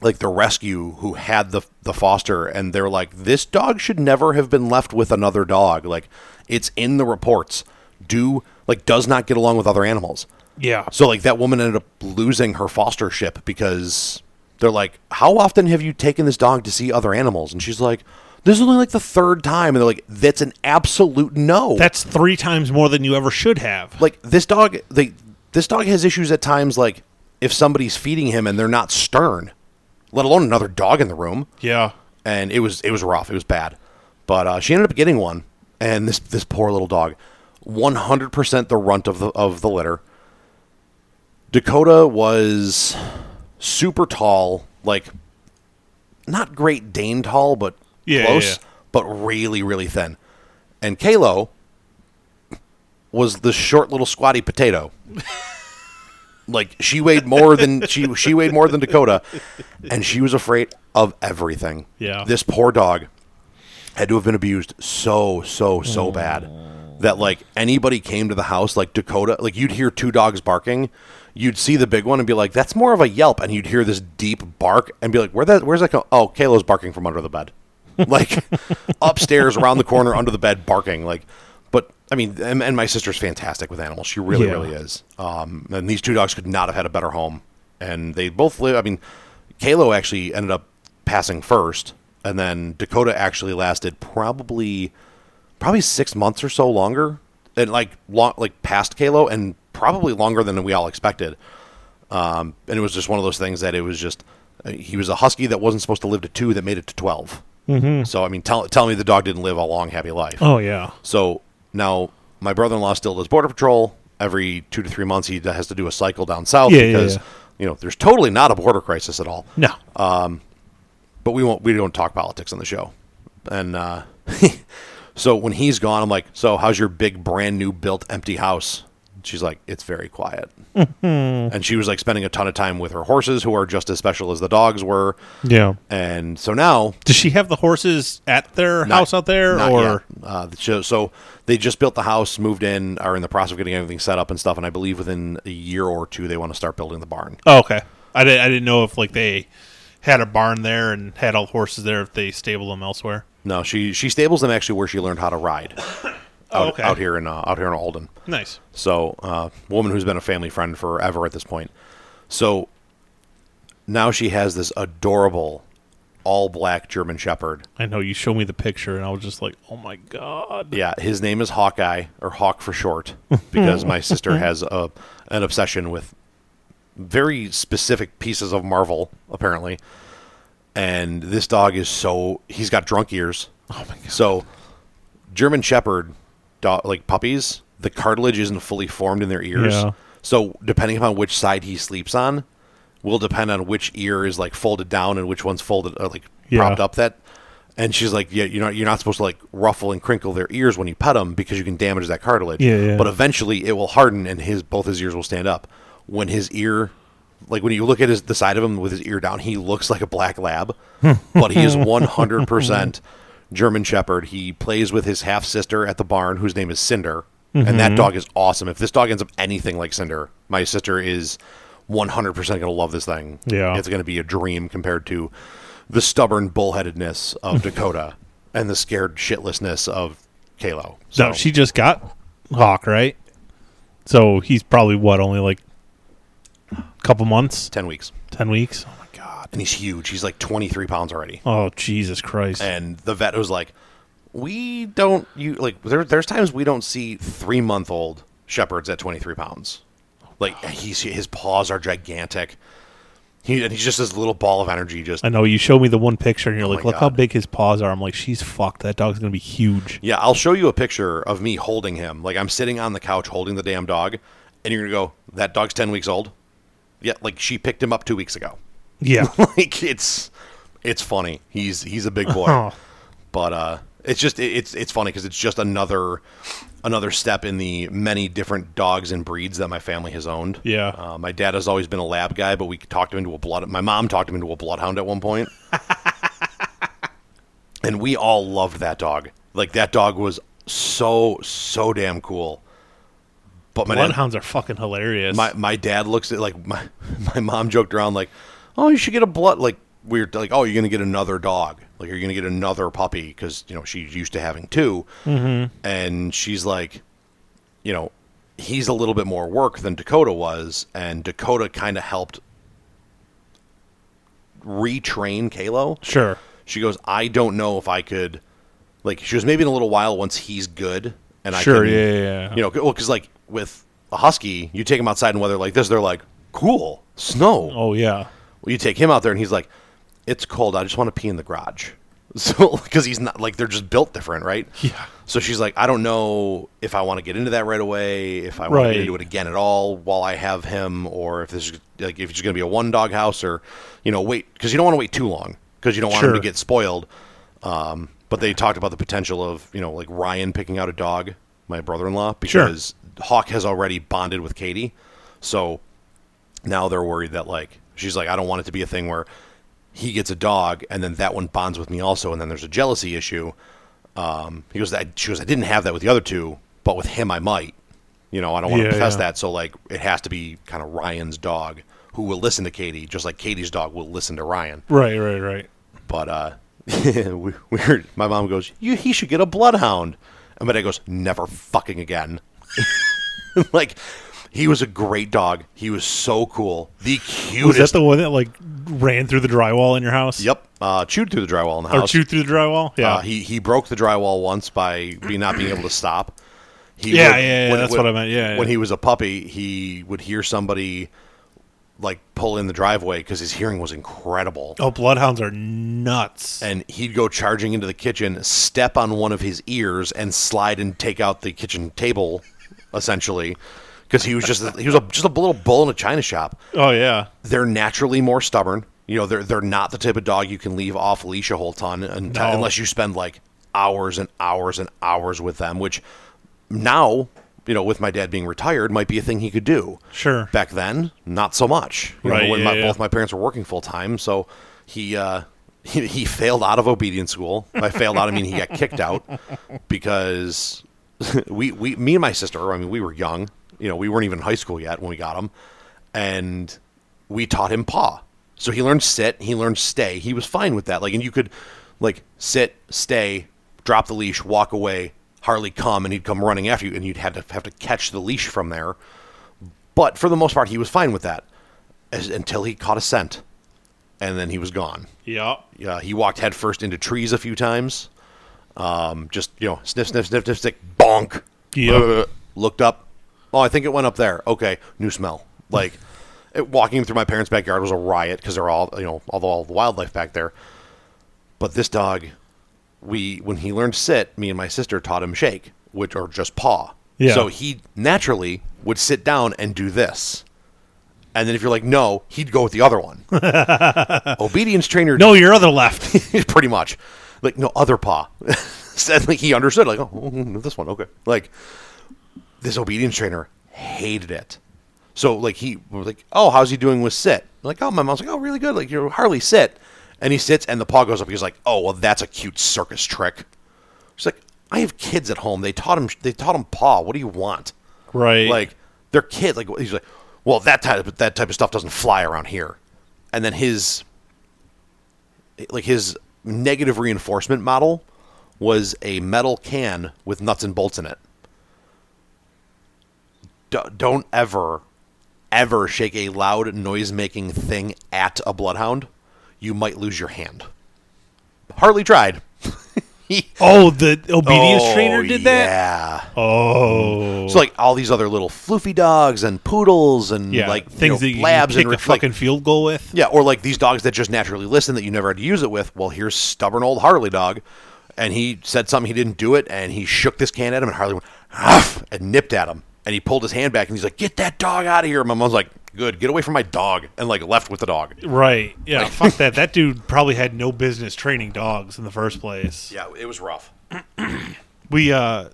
Speaker 4: like the rescue who had the the foster and they're like this dog should never have been left with another dog. Like it's in the reports. Do like does not get along with other animals.
Speaker 3: yeah.
Speaker 4: So like that woman ended up losing her fostership because they're like, "How often have you taken this dog to see other animals?" And she's like, "This is only like the third time." And they're like, "That's an absolute no."
Speaker 3: That's three times more than you ever should have.
Speaker 4: like this dog. They this dog has issues at times. Like if somebody's feeding him and they're not stern, let alone another dog in the room.
Speaker 3: yeah.
Speaker 4: And it was it was rough. It was bad. But uh, she ended up getting one, and this this poor little dog, one hundred percent the runt of the of the litter. Dakota was super tall, like not great Dane tall, but
Speaker 3: Yeah,
Speaker 4: close,
Speaker 3: yeah, yeah.
Speaker 4: but really, really thin. And Kalo was the short little squatty potato. like she weighed more than she she weighed more than Dakota, and she was afraid of everything.
Speaker 3: Yeah.
Speaker 4: this poor dog had to have been abused so so
Speaker 3: Mm.
Speaker 4: so bad that like anybody came to the house like Dakota like you'd hear two dogs barking you'd see the big one and be like that's more of a yelp and you'd hear this deep bark and be like where that where's that come oh Kalo's barking from under the bed like upstairs around the corner under the bed barking like but I mean and, and my sister's fantastic with animals she really
Speaker 3: Yeah.
Speaker 4: really is um and these two dogs could not have had a better home and they both live I mean Kalo actually ended up passing first, and then Dakota actually lasted probably probably six months or so longer, and like long, like past Kalo, and probably longer than we all expected. Um, and it was just one of those things that it was just uh, he was a husky that wasn't supposed to live to two that made it to 12 Mm-hmm. So I mean, tell tell me the dog didn't live a long happy life.
Speaker 3: Oh yeah.
Speaker 4: So now my brother-in-law still does border patrol. Every two to three months, he has to do a cycle down south
Speaker 3: Yeah, yeah,
Speaker 4: because
Speaker 3: yeah.
Speaker 4: you know there's totally not a border crisis at all
Speaker 3: No.
Speaker 4: Uh, but we won't we don't talk politics on the show and uh so when he's gone i'm like so how's your big brand new built empty house She's like, it's very quiet.
Speaker 3: Mm-hmm.
Speaker 4: and she was like spending a ton of time with her horses, who are just as special as the dogs were.
Speaker 3: Yeah.
Speaker 4: And so now
Speaker 3: Does she have the horses at their
Speaker 4: Not-
Speaker 3: house out there,
Speaker 4: not
Speaker 3: or
Speaker 4: yet. uh, so, so they just built the house, moved in, are in the process of getting everything set up and stuff. And I believe within a year or two, they want to start building the barn.
Speaker 3: oh, okay? I didn't. I didn't know if like they had a barn there and had all the horses there. If they stable them elsewhere.
Speaker 4: No, she she stables them actually where she learned how to ride out,
Speaker 3: Oh, okay.
Speaker 4: out here in uh, out here in Alden.
Speaker 3: Nice.
Speaker 4: So, uh, woman who's been a family friend forever at this point. So now she has this adorable all black German Shepherd.
Speaker 3: I know you showed me the picture, and I was just like, "Oh my god!"
Speaker 4: Yeah, his name is Hawkeye or Hawk for short because my sister has a an obsession with very specific pieces of Marvel apparently. And this dog is so he's got drunk ears. Oh my god. So German shepherd dog like puppies, the cartilage isn't fully formed in their ears.
Speaker 3: Yeah.
Speaker 4: So depending upon which side he sleeps on will depend on which ear is like folded down and which one's folded or like
Speaker 3: Yeah.
Speaker 4: propped up that and she's like, yeah, you know, you're not supposed to like ruffle and crinkle their ears when you pet them because you can damage that cartilage.
Speaker 3: Yeah, yeah.
Speaker 4: But eventually, it will harden and his both his ears will stand up. When his ear, like when you look at his the side of him with his ear down, he looks like a black lab, but he is 100 percent German Shepherd. He plays with his half sister at the barn, whose name is Cinder, and
Speaker 3: Mm-hmm.
Speaker 4: that dog is awesome. If this dog ends up anything like Cinder, my sister is 100 percent going to love this thing.
Speaker 3: Yeah.
Speaker 4: it's going to be a dream compared to the stubborn bullheadedness of Dakota and the scared shitlessness of Kalo.
Speaker 3: So she just got Hawk, right? So he's probably what only like a couple months,
Speaker 4: ten weeks,
Speaker 3: ten weeks. Oh my god!
Speaker 4: and he's huge. He's like twenty three pounds already.
Speaker 3: Oh Jesus Christ!
Speaker 4: And the vet was like, "We don't you like there, there's times we don't see three month old shepherds at twenty three pounds. Like he's his paws are gigantic. He and he's just this little ball of energy. Just
Speaker 3: I know you showed me the one picture, and you're like,
Speaker 4: Oh my
Speaker 3: "Look how
Speaker 4: God.
Speaker 3: big his paws are." I'm like, "She's fucked. That dog's gonna be huge."
Speaker 4: yeah, I'll show you a picture of me holding him. Like I'm sitting on the couch holding the damn dog, and you're gonna go, "That dog's ten weeks old." Yeah, like she picked him up two weeks ago.
Speaker 3: Yeah.
Speaker 4: like it's it's funny. He's he's a big boy,
Speaker 3: Oh.
Speaker 4: but uh, it's just it- it's it's funny because it's just another another step in the many different dogs and breeds that my family has owned.
Speaker 3: Yeah.
Speaker 4: uh, my dad has always been a lab guy, but we talked him into a blood. My mom talked him into a bloodhound at one point, and we all loved that dog. Like that dog was so so damn cool. But my dad,
Speaker 3: Bloodhounds are fucking hilarious.
Speaker 4: my my dad looks at like my my mom joked around like, oh, you should get a blood like weird like oh you're gonna get another dog like you're gonna get another puppy because you know she's used to having 2 and she's like, you know, he's a little bit more work than Dakota was, and Dakota kind of helped retrain Kalo.
Speaker 3: sure.
Speaker 4: She goes, I don't know if I could. Like, she goes, maybe in a little while once he's good. And I
Speaker 3: Sure,
Speaker 4: can,
Speaker 3: yeah, yeah, yeah.
Speaker 4: You know, because, like, with a husky, you take him outside in weather like this, they're like, cool, snow.
Speaker 3: Oh yeah.
Speaker 4: Well, you take him out there and he's like, it's cold. I just want to pee in the garage. So, because he's not like they're just built different, right?
Speaker 3: Yeah.
Speaker 4: So she's like, I don't know if I want to get into that right away, if I want to
Speaker 3: Right.
Speaker 4: get into it again at all while I have him, or if this is like if it's going to be a one dog house, or you know, wait because you don't want to wait too long because you don't want him to
Speaker 3: Sure.
Speaker 4: get spoiled. Um, but they talked about the potential of you know like Ryan picking out a dog, my brother in law, because Hawk has already bonded with Katie, so now they're worried that like she's like I don't want it to be a thing where he gets a dog and then that one bonds with me also and then there's a jealousy issue. Um, he goes that she goes I didn't have that with the other two, but with him I might. You know I don't want
Speaker 3: Yeah,
Speaker 4: to possess
Speaker 3: yeah.
Speaker 4: that, so like it has to be kind of Ryan's dog who will listen to Katie just like Katie's dog will listen to Ryan.
Speaker 3: Right. Right. Right.
Speaker 4: But uh, we- weird. My mom goes, you, he should get a bloodhound. And my dad goes, never fucking again. like, he was a great dog. He was so cool. The
Speaker 3: Was
Speaker 4: cutest.
Speaker 3: that the one that like ran through the drywall in your house?
Speaker 4: yep. Uh, chewed through the drywall in the
Speaker 3: Or
Speaker 4: house.
Speaker 3: chewed through the drywall? Yeah.
Speaker 4: Uh, he he broke the drywall once by be not being able to stop. He
Speaker 3: Yeah, yeah, yeah, that's what I meant, yeah,
Speaker 4: when
Speaker 3: yeah.
Speaker 4: he was a puppy, he would hear somebody like pull in the driveway because his hearing was incredible.
Speaker 3: oh, bloodhounds are nuts.
Speaker 4: and he'd go charging into the kitchen, step on one of his ears, and slide and take out the kitchen table, essentially, because he was just he was a, just a little bull in a china shop.
Speaker 3: oh yeah.
Speaker 4: They're naturally more stubborn. You know, they're they're not the type of dog you can leave off leash a whole ton un-
Speaker 3: No.
Speaker 4: unless you spend like hours and hours and hours with them. Which now, you know, with my dad being retired, might be a thing he could do.
Speaker 3: Sure.
Speaker 4: Back then, not so much. You
Speaker 3: Right,
Speaker 4: Know, when
Speaker 3: yeah,
Speaker 4: my,
Speaker 3: yeah.
Speaker 4: both my parents were working full time, so he, uh, he he failed out of obedience school. By failed out, I mean he got kicked out because we we me and my sister. I mean, we were young. You know, we weren't even in high school yet when we got him, and we taught him paw. So he learned sit. He learned stay. He was fine with that. Like, and you could like sit, stay, drop the leash, walk away. Harley come, and he'd come running after you, and you'd have to have to catch the leash from there. But for the most part, he was fine with that as, until he caught a scent, and then he was gone.
Speaker 3: Yeah.
Speaker 4: Yeah, he walked headfirst into trees a few times. Um, just you know, sniff, sniff, sniff, sniff, stick, bonk.
Speaker 3: Yep.
Speaker 4: Uh, looked up. Oh, I think it went up there. Okay, new smell. Like it, walking through my parents' backyard was a riot because they're all you know, all the, all the wildlife back there. But this dog, we when he learned sit, me and my sister taught him shake, which or just paw.
Speaker 3: Yeah.
Speaker 4: So he naturally would sit down and do this. And then if you're like, no, he'd go with the other one. Obedience trainer
Speaker 3: No, your other left.
Speaker 4: pretty much like no other paw said like he understood like oh mm, this one okay like this obedience trainer hated it so like he was like oh how's he doing with sit like oh my mom's like oh really good like you're hardly sit and he sits and the paw goes up he's like oh well that's a cute circus trick she's like i have kids at home they taught him they taught him paw what do you want
Speaker 3: right.
Speaker 4: like they're kids. Like he's like, well, that type of, that type of stuff doesn't fly around here. And then his like his negative reinforcement model was a metal can with nuts and bolts in it. D- don't ever, ever shake a loud noise making thing at a bloodhound. You might lose your hand. Harley tried. He-
Speaker 3: oh, the obedience
Speaker 4: Oh,
Speaker 3: trainer did that?
Speaker 4: Yeah.
Speaker 3: Oh.
Speaker 4: So like all these other little floofy dogs and poodles and
Speaker 3: yeah.
Speaker 4: like
Speaker 3: things
Speaker 4: you know,
Speaker 3: that you
Speaker 4: labs
Speaker 3: kick
Speaker 4: and
Speaker 3: a
Speaker 4: re- like-
Speaker 3: fucking field goal with.
Speaker 4: yeah, or like these dogs that just naturally listen that you never had to use it with. Well, here's stubborn old Harley dog, and he said something he didn't do it, and he shook this can at him, and Harley went "Huff," and nipped at him, and he pulled his hand back, and he's like, "Get that dog out of here!" And my mom's like, "Good, get away from my dog," and like left with the dog.
Speaker 3: Right. Yeah. fuck that. That dude probably had no business training dogs in the first place.
Speaker 4: Yeah, it was rough.
Speaker 3: we uh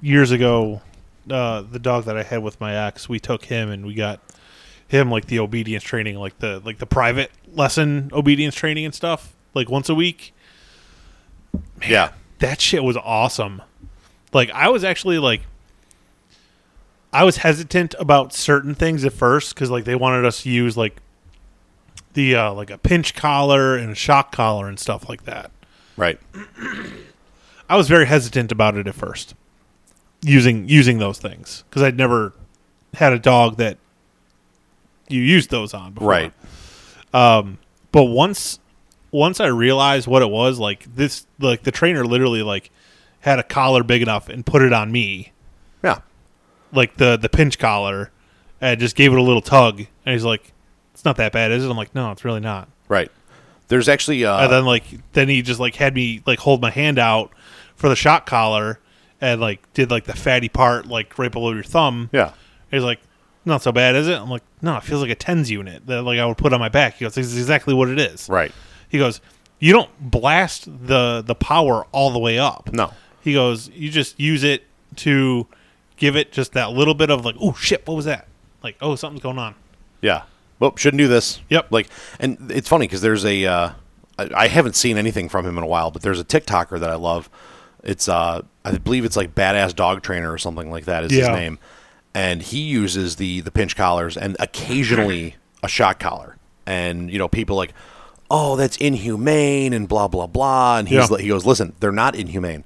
Speaker 3: years ago uh the dog that i had with my ex we took him and we got him like the obedience training like the like the private lesson obedience training and stuff like once a week
Speaker 4: Yeah,
Speaker 3: that shit was awesome like i was actually like i was hesitant about certain things at first because like they wanted us to use like the uh like a pinch collar and a shock collar and stuff like that
Speaker 4: right.
Speaker 3: I was very hesitant about it at first, using using those things because I'd never had a dog that you used those on, before.
Speaker 4: Right.
Speaker 3: But once once I realized what it was, like this, like the trainer literally like had a collar big enough and put it on me,
Speaker 4: Yeah.
Speaker 3: like the the pinch collar, and just gave it a little tug, and he's like, "It's not that bad, is it?" I'm like, "No, it's really not."
Speaker 4: Right. There's actually uh,
Speaker 3: and then like then he just like had me like hold my hand out for the shock collar and like did like the fatty part like right below your thumb.
Speaker 4: yeah.
Speaker 3: He's like, not so bad, is it? I'm like, no, it feels like a tens unit that like I would put on my back. He goes, this is exactly what it is.
Speaker 4: Right.
Speaker 3: He goes, you don't blast the the power all the way up.
Speaker 4: No.
Speaker 3: He goes, you just use it to give it just that little bit of like, oh shit, what was that? Like, oh, something's going on.
Speaker 4: Yeah. Well, shouldn't do this.
Speaker 3: Yep.
Speaker 4: Like, and it's funny because there's a, uh, I, I haven't seen anything from him in a while, but there's a TikToker that I love. It's, uh, I believe it's like Badass Dog Trainer or something like that is his
Speaker 3: Yeah.
Speaker 4: name. And he uses the, the pinch collars and occasionally a shock collar. And, you know, people like, oh, that's inhumane and blah, blah, blah. And he's,
Speaker 3: Yeah.
Speaker 4: like- he goes, listen, they're not inhumane.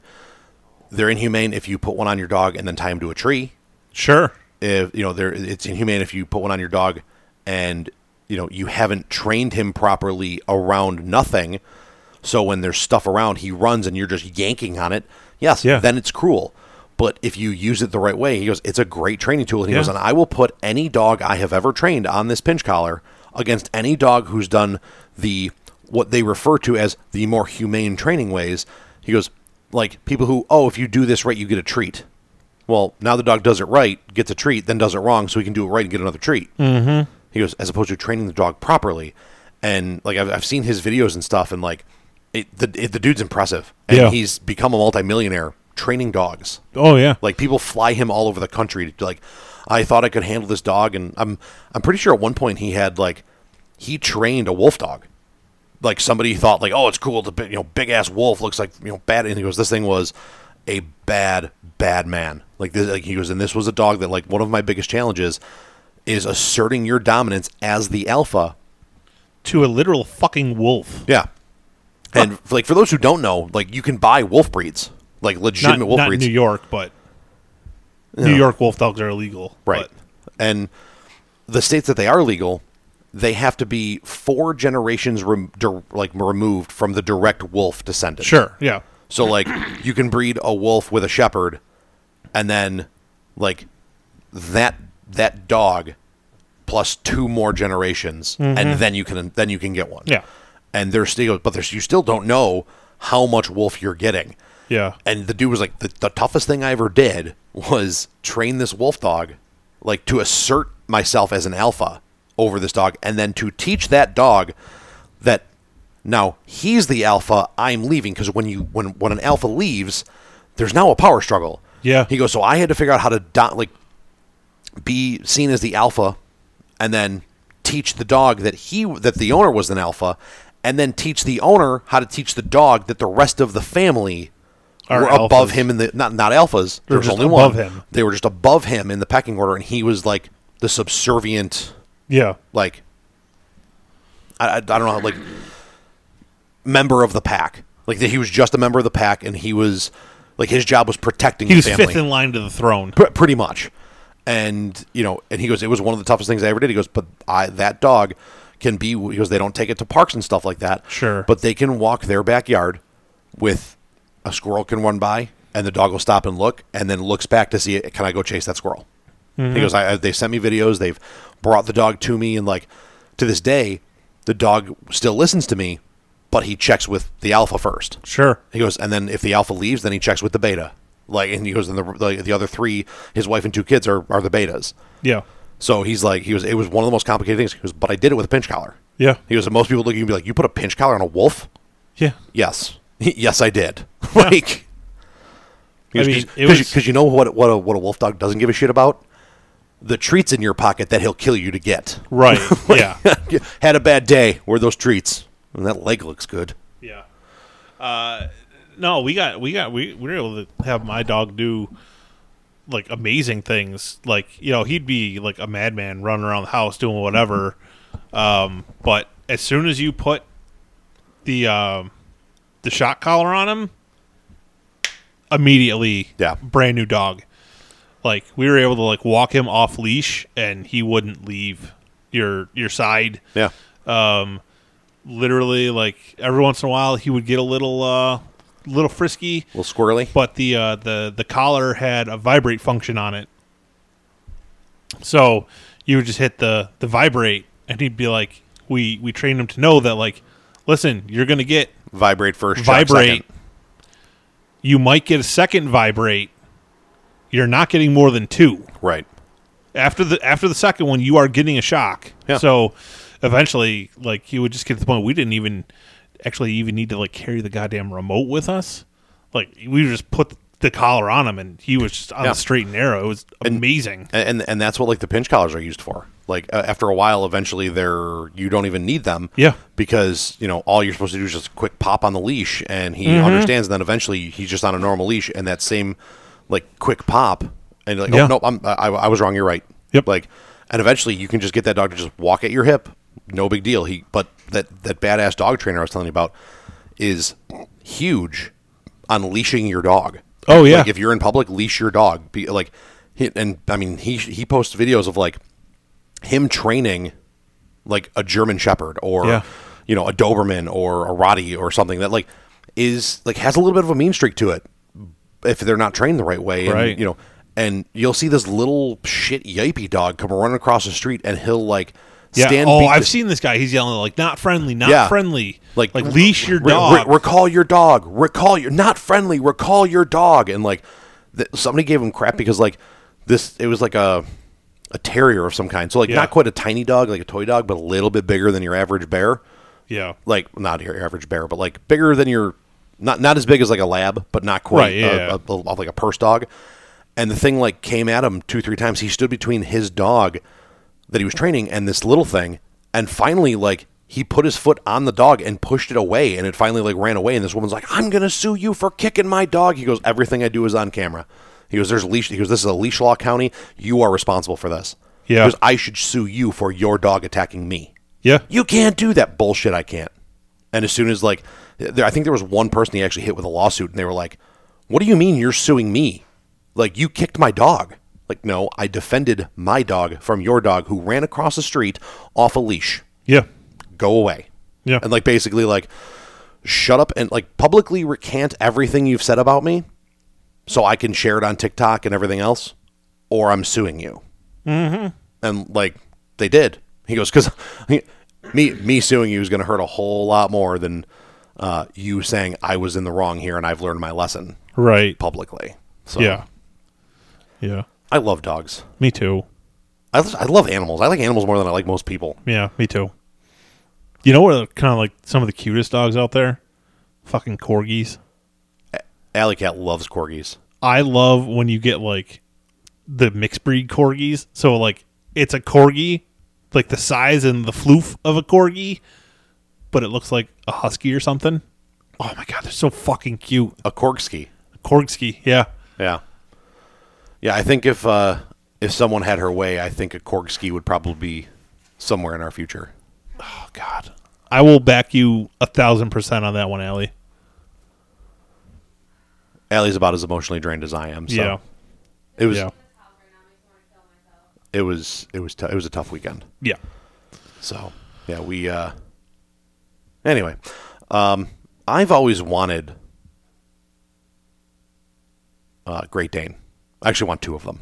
Speaker 4: They're inhumane if you put one on your dog and then tie him to a tree
Speaker 3: Sure.
Speaker 4: if you know there it's inhumane if you put one on your dog and you know you haven't trained him properly around nothing so when there's stuff around he runs and you're just yanking on it yes
Speaker 3: Yeah.
Speaker 4: then it's cruel but if you use it the right way he goes it's a great training tool and he
Speaker 3: Yeah.
Speaker 4: goes and i will put any dog i have ever trained on this pinch collar against any dog who's done the what they refer to as the more humane training ways he goes like people who oh if you do this right you get a treat well, now the dog does it right, gets a treat, then does it wrong, so he can do it right and get another treat. Mm-hmm. He goes, as opposed to training the dog properly. And like I've, I've seen his videos and stuff, and like it, the it, the dude's impressive, and
Speaker 3: Yeah.
Speaker 4: he's become a multimillionaire training dogs.
Speaker 3: Oh yeah.
Speaker 4: Like people fly him all over the country. To, like I thought I could handle this dog, and I'm I'm pretty sure at one point he had like he trained a wolf dog. Like somebody thought like oh it's cool the big you know big ass wolf looks like you know bad and he goes this thing was a bad bad man like this like he goes and this was a dog that like one of my biggest challenges is asserting your dominance as the alpha
Speaker 3: To a literal fucking wolf.
Speaker 4: yeah. And f- like for those who don't know, like you can buy wolf breeds, like legitimate
Speaker 3: Not,
Speaker 4: wolf
Speaker 3: not
Speaker 4: breeds,
Speaker 3: New York, but New York wolf dogs are illegal.
Speaker 4: right? And the states that they are legal, they have to be four generations rem- dir- like removed from the direct wolf descendant.
Speaker 3: But- Sure. Yeah.
Speaker 4: So like you can breed a wolf with a shepherd, and then like that that dog plus two more generations, and then you can then you can get one.
Speaker 3: Mm-hmm. Yeah.
Speaker 4: And there's still but there's you still don't know how much wolf you're getting.
Speaker 3: Yeah.
Speaker 4: And the dude was like, the, the toughest thing I ever did was train this wolf dog, like to assert myself as an alpha over this dog, and then to teach that dog that now he's the alpha, I'm leaving. Because when you when when an alpha leaves, there's now a power struggle.
Speaker 3: Yeah.
Speaker 4: He goes, so I had to figure out how to do- like be seen as the alpha, and then teach the dog that he that the owner was an alpha, and then teach the owner how to teach the dog that the rest of the family
Speaker 3: Are
Speaker 4: were above
Speaker 3: alphas.
Speaker 4: him in the not not alphas.
Speaker 3: They
Speaker 4: There
Speaker 3: were
Speaker 4: was
Speaker 3: just
Speaker 4: only
Speaker 3: above
Speaker 4: one.
Speaker 3: him.
Speaker 4: They were just above him in the pecking order, and he was like the subservient,
Speaker 3: Yeah.
Speaker 4: like I, I, I don't know, how, like member of the pack. Like he was just a member of the pack, and he was like his job was protecting
Speaker 3: He
Speaker 4: the
Speaker 3: was
Speaker 4: family.
Speaker 3: fifth in line to the throne.
Speaker 4: Pr- pretty much. And you know, and he goes, it was one of the toughest things I ever did. He goes, but I that dog can be because they don't take it to parks and stuff like that.
Speaker 3: Sure.
Speaker 4: but they can walk their backyard with a squirrel can run by, and the dog will stop and look, and then looks back to see it. Can I go chase that squirrel? He goes, I, I, they sent me videos. They've brought the dog to me, and like to this day, the dog still listens to me, but he checks with the alpha first.
Speaker 3: Sure.
Speaker 4: He goes, and then if the alpha leaves, then he checks with the beta. Like, and he goes, and the the, the other three, his wife and two kids are are the betas.
Speaker 3: Yeah.
Speaker 4: So he's like, he was. It was one of the most complicated things. He goes, but I did it with a pinch collar.
Speaker 3: Yeah.
Speaker 4: He goes, and most people look at you and be like, you put a pinch collar on a wolf?
Speaker 3: Yeah.
Speaker 4: Yes, yes, I did. like,
Speaker 3: I mean, it
Speaker 4: because
Speaker 3: was-
Speaker 4: you, know what what a, what a wolf dog doesn't give a shit about the treats in your pocket that he'll kill you to get.
Speaker 3: Right. yeah.
Speaker 4: Had a bad day. Where are those treats? And that leg looks good.
Speaker 3: Yeah. Uh, no, we got we got we, we were able to have my dog do like amazing things. Like you know he'd be like a madman running around the house doing whatever. Um, but as soon as you put the um, the shock collar on him, immediately
Speaker 4: Yeah.
Speaker 3: brand new dog. Like we were able to like walk him off leash and he wouldn't leave your your side
Speaker 4: Yeah.
Speaker 3: literally like every once in a while he would get a little uh little frisky
Speaker 4: A little squirrely.
Speaker 3: but the uh the the collar had a vibrate function on it so you would just hit the the vibrate and he'd be like we we trained him to know that like listen you're gonna get
Speaker 4: Vibrate first. shock
Speaker 3: vibrate
Speaker 4: second.
Speaker 3: you might get a second vibrate you're not getting more than two
Speaker 4: Right.
Speaker 3: after the after the second one you are getting a shock
Speaker 4: Yeah.
Speaker 3: so eventually like he would just get to the point we didn't even actually even need to like carry the goddamn remote with us like we just put the collar on him and he was just on
Speaker 4: Yeah.
Speaker 3: the straight and narrow it was amazing
Speaker 4: And, and and that's what like the pinch collars are used for. Like uh, after a while, eventually they're you don't even need them.
Speaker 3: Yeah.
Speaker 4: Because you know all you're supposed to do is just a quick pop on the leash, and he
Speaker 3: Mm-hmm.
Speaker 4: understands. And then eventually he's just on a normal leash, and that same like quick pop, and you're like
Speaker 3: Yeah.
Speaker 4: oh no, I'm, I I was wrong. You're right.
Speaker 3: Yep.
Speaker 4: Like, and eventually you can just get that dog to just walk at your hip. No big deal. He but that that badass dog trainer I was telling you about is huge on leashing your dog.
Speaker 3: Oh, yeah.
Speaker 4: Like, if you're in public, leash your dog. Be like, he, and I mean, he he posts videos of like him training like a German Shepherd or
Speaker 3: Yeah.
Speaker 4: you know a Doberman or a Rottie or something that like is like has a little bit of a mean streak to it if they're not trained the right way. And,
Speaker 3: Right.
Speaker 4: You know, and you'll see this little shit yippy dog come running across the street, and he'll like
Speaker 3: yeah
Speaker 4: stand.
Speaker 3: oh
Speaker 4: beat
Speaker 3: i've
Speaker 4: the-
Speaker 3: seen this guy he's yelling like not friendly not
Speaker 4: Yeah.
Speaker 3: friendly
Speaker 4: like
Speaker 3: like leash your
Speaker 4: re- re-
Speaker 3: dog
Speaker 4: recall your dog. Recall your not friendly. Recall your dog. And like th- somebody gave him crap because like this, it was like a a terrier of some kind. So like
Speaker 3: Yeah.
Speaker 4: not quite a tiny dog, like a toy dog, but a little bit bigger than your average bear.
Speaker 3: yeah
Speaker 4: Like not your average bear, but like bigger than your not not as big as like a lab, but not quite
Speaker 3: Right, yeah,
Speaker 4: a-
Speaker 3: yeah.
Speaker 4: a- a- like a purse dog. And the thing like came at him two three times. He stood between his dog that he was training and this little thing, and finally like he put his foot on the dog and pushed it away, and it finally like ran away. And this woman's like, "I'm gonna sue you for kicking my dog." He goes, "Everything I do is on camera." He goes, "There's leash." He goes, "This is a leash law county. You are responsible for this."
Speaker 3: Yeah.
Speaker 4: He goes, "I should sue you for your dog attacking me."
Speaker 3: Yeah.
Speaker 4: you can't do that bullshit i can't and as soon as like there, i think there was one person he actually hit with a lawsuit and they were like what do you mean you're suing me like you kicked my dog like no i defended my dog from your dog who ran across the street off a leash
Speaker 3: Yeah.
Speaker 4: go away
Speaker 3: Yeah.
Speaker 4: and like basically like shut up and like publicly recant everything you've said about me so i can share it on tiktok and everything else or i'm suing you
Speaker 3: Mm-hmm.
Speaker 4: and like they did. He goes because me me suing you is going to hurt a whole lot more than uh, you saying I was in the wrong here and I've learned my lesson
Speaker 3: Right.
Speaker 4: publicly. So
Speaker 3: Yeah. Yeah.
Speaker 4: I love dogs.
Speaker 3: Me too.
Speaker 4: I, I love animals. I like animals more than I like most people.
Speaker 3: Yeah, me too. You know what are kind of like some of the cutest dogs out there? Fucking corgis.
Speaker 4: Alley cat loves corgis.
Speaker 3: I love when you get like the mixed breed corgis. So like it's a corgi, like the size and the floof of a corgi, but it looks like a husky or something. Oh my god, they're so fucking cute.
Speaker 4: A corgski.
Speaker 3: Corgski, yeah.
Speaker 4: Yeah, yeah. I think if uh, if someone had her way, I think a corgski would probably be somewhere in our future.
Speaker 3: Oh god. I will back you a thousand percent on that one, Allie.
Speaker 4: Allie's about as emotionally drained as I am. So
Speaker 3: Yeah.
Speaker 4: it was
Speaker 3: Yeah.
Speaker 4: it was it was t- it was a tough weekend.
Speaker 3: Yeah.
Speaker 4: So yeah, we. Uh, anyway, um, I've always wanted uh, Great Dane. I actually want two of them.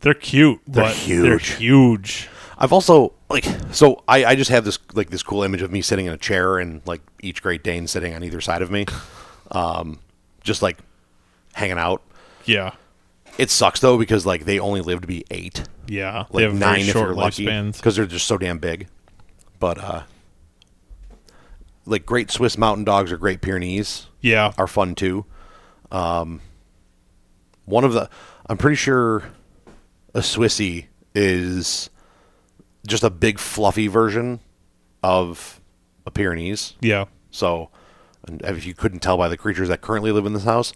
Speaker 3: They're cute, but they're
Speaker 4: huge.
Speaker 3: huge.
Speaker 4: I've also like so I, I just have this like this cool image of me sitting in a chair and like each Great Dane sitting on either side of me, um, just like hanging out.
Speaker 3: Yeah.
Speaker 4: It sucks though because like they only live to be eight,
Speaker 3: Yeah.
Speaker 4: like nine if
Speaker 3: short
Speaker 4: you're lucky,
Speaker 3: lifespans.
Speaker 4: because they're just so damn big. But uh, like Great Swiss Mountain Dogs or Great Pyrenees,
Speaker 3: Yeah.
Speaker 4: are fun too. Um, one of the, I'm pretty sure, a Swissy is just a big fluffy version of a Pyrenees.
Speaker 3: yeah.
Speaker 4: So, and if you couldn't tell by the creatures that currently live in this house,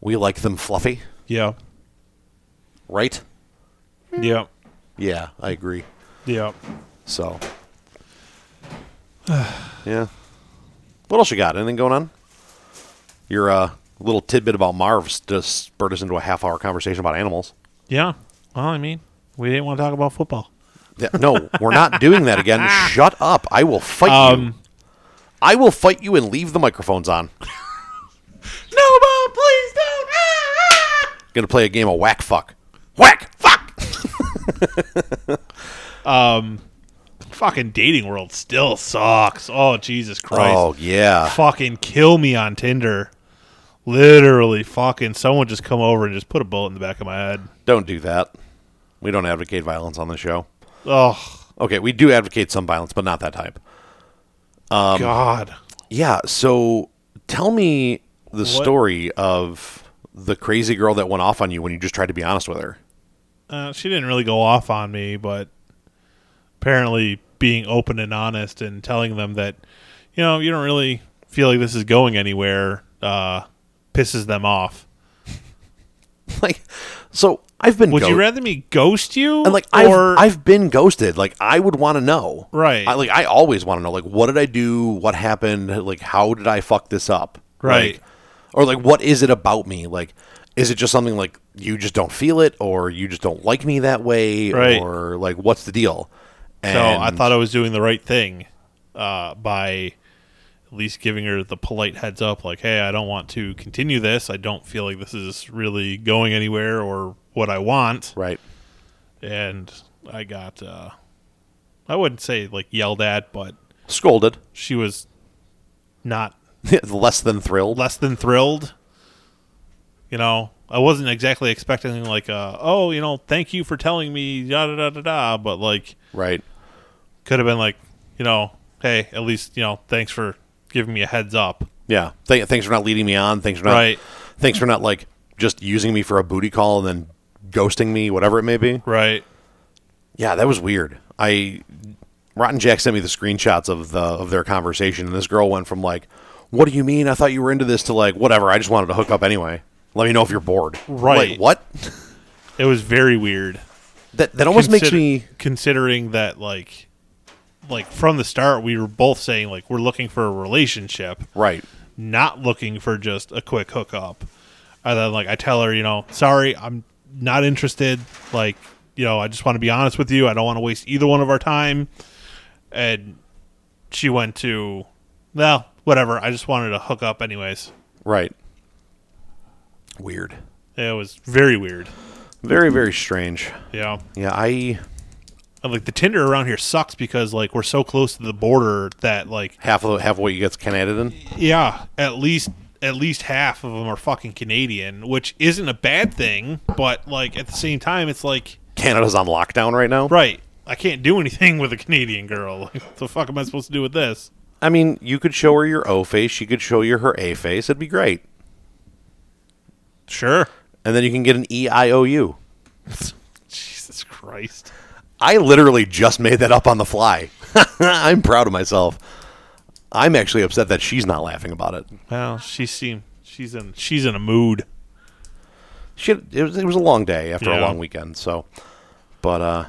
Speaker 4: we like them fluffy,
Speaker 3: Yeah.
Speaker 4: right? Hmm.
Speaker 3: Yeah.
Speaker 4: Yeah, I agree.
Speaker 3: Yeah.
Speaker 4: So, yeah. What else you got? Anything going on? Your uh, little tidbit about Marv just spurred us into a half hour conversation about animals.
Speaker 3: Yeah. Well, I mean, we didn't want to talk about football.
Speaker 4: Yeah, no, we're not doing that again. Shut up. I will fight you. I will fight you and leave the microphones on.
Speaker 3: No, mom, please don't.
Speaker 4: Ah, Gonna play a game of whack fuck. Whack fuck!
Speaker 3: Fucking dating world still sucks. Oh, Jesus Christ.
Speaker 4: Oh, yeah.
Speaker 3: Fucking kill me on Tinder. Literally, fucking someone just come over and just put a bullet in the back of my head.
Speaker 4: Don't do that. We don't advocate violence on the show.
Speaker 3: Oh,
Speaker 4: Okay, we do advocate some violence, but not that type. Um,
Speaker 3: God.
Speaker 4: Yeah, so tell me the story of the crazy girl that went off on you when you just tried to be honest with her.
Speaker 3: Uh, she didn't really go off on me, but apparently being open and honest and telling them that, you know, you don't really feel like this is going anywhere uh, pisses them off.
Speaker 4: Like, so I've been
Speaker 3: Would
Speaker 4: go-
Speaker 3: you rather me ghost you?
Speaker 4: and like
Speaker 3: or-
Speaker 4: I've I've been ghosted. Like I would want to know.
Speaker 3: Right.
Speaker 4: I, like I always want to know. Like what did I do? What happened? Like how did I fuck this up?
Speaker 3: Right.
Speaker 4: Like, or like what is it about me? Like is it just something like you just don't feel it, or you just don't like me that way,
Speaker 3: Right.
Speaker 4: or like what's the deal? And
Speaker 3: so I thought I was doing the right thing uh, by at least giving her the polite heads up, like, "Hey, I don't want to continue this. I don't feel like this is really going anywhere or what I want."
Speaker 4: right.
Speaker 3: And I got, uh, I wouldn't say like yelled at, but
Speaker 4: Scolded,
Speaker 3: she was not
Speaker 4: less than thrilled.
Speaker 3: less than thrilled. You know, I wasn't exactly expecting like, uh, "Oh, you know, thank you for telling me," da da da da da. But like,
Speaker 4: Right.
Speaker 3: could have been like, you know, hey, at least you know, thanks for giving me a heads up.
Speaker 4: Yeah. Th- thanks for not leading me on. Thanks for not.
Speaker 3: Right.
Speaker 4: Thanks for not like just using me for a booty call and then ghosting me, whatever it may be.
Speaker 3: Right.
Speaker 4: Yeah, that was weird. I Rotten Jack sent me the screenshots of the of their conversation, and this girl went from like, "What do you mean? I thought you were into this," to like, "Whatever. I just wanted to hook up anyway. Let me know if you're bored."
Speaker 3: Right.
Speaker 4: Like, what?
Speaker 3: It was very weird.
Speaker 4: That that almost makes
Speaker 3: Consider-
Speaker 4: me.
Speaker 3: considering that like like from the start we were both saying like we're looking for a relationship
Speaker 4: Right.
Speaker 3: not looking for just a quick hookup and then like i tell her you know sorry i'm not interested like you know i just want to be honest with you i don't want to waste either one of our time and she went to well whatever i just wanted to hook up anyways
Speaker 4: Right. Weird.
Speaker 3: it was very weird
Speaker 4: Very very strange.
Speaker 3: yeah
Speaker 4: Yeah, I
Speaker 3: and like the tinder around here sucks because like we're so close to the border that like
Speaker 4: half of half of what you get's Canadian.
Speaker 3: Yeah, at least at least half of them are fucking Canadian, which isn't a bad thing, but like at the same time, it's like
Speaker 4: Canada's on lockdown right now.
Speaker 3: right, I can't do anything with a Canadian girl. Like, what the fuck am I supposed to do with this?
Speaker 4: I mean, you could show her your O face. She could show you her A face. It'd be great.
Speaker 3: Sure.
Speaker 4: And then you can get an E I O U.
Speaker 3: Jesus Christ.
Speaker 4: I literally just made that up on the fly. I'm proud of myself. I'm actually upset that she's not laughing about it.
Speaker 3: Well, she seemed she's in she's in a mood.
Speaker 4: She had, it, was, it was a long day after a
Speaker 3: Yeah.
Speaker 4: long weekend, so. But uh,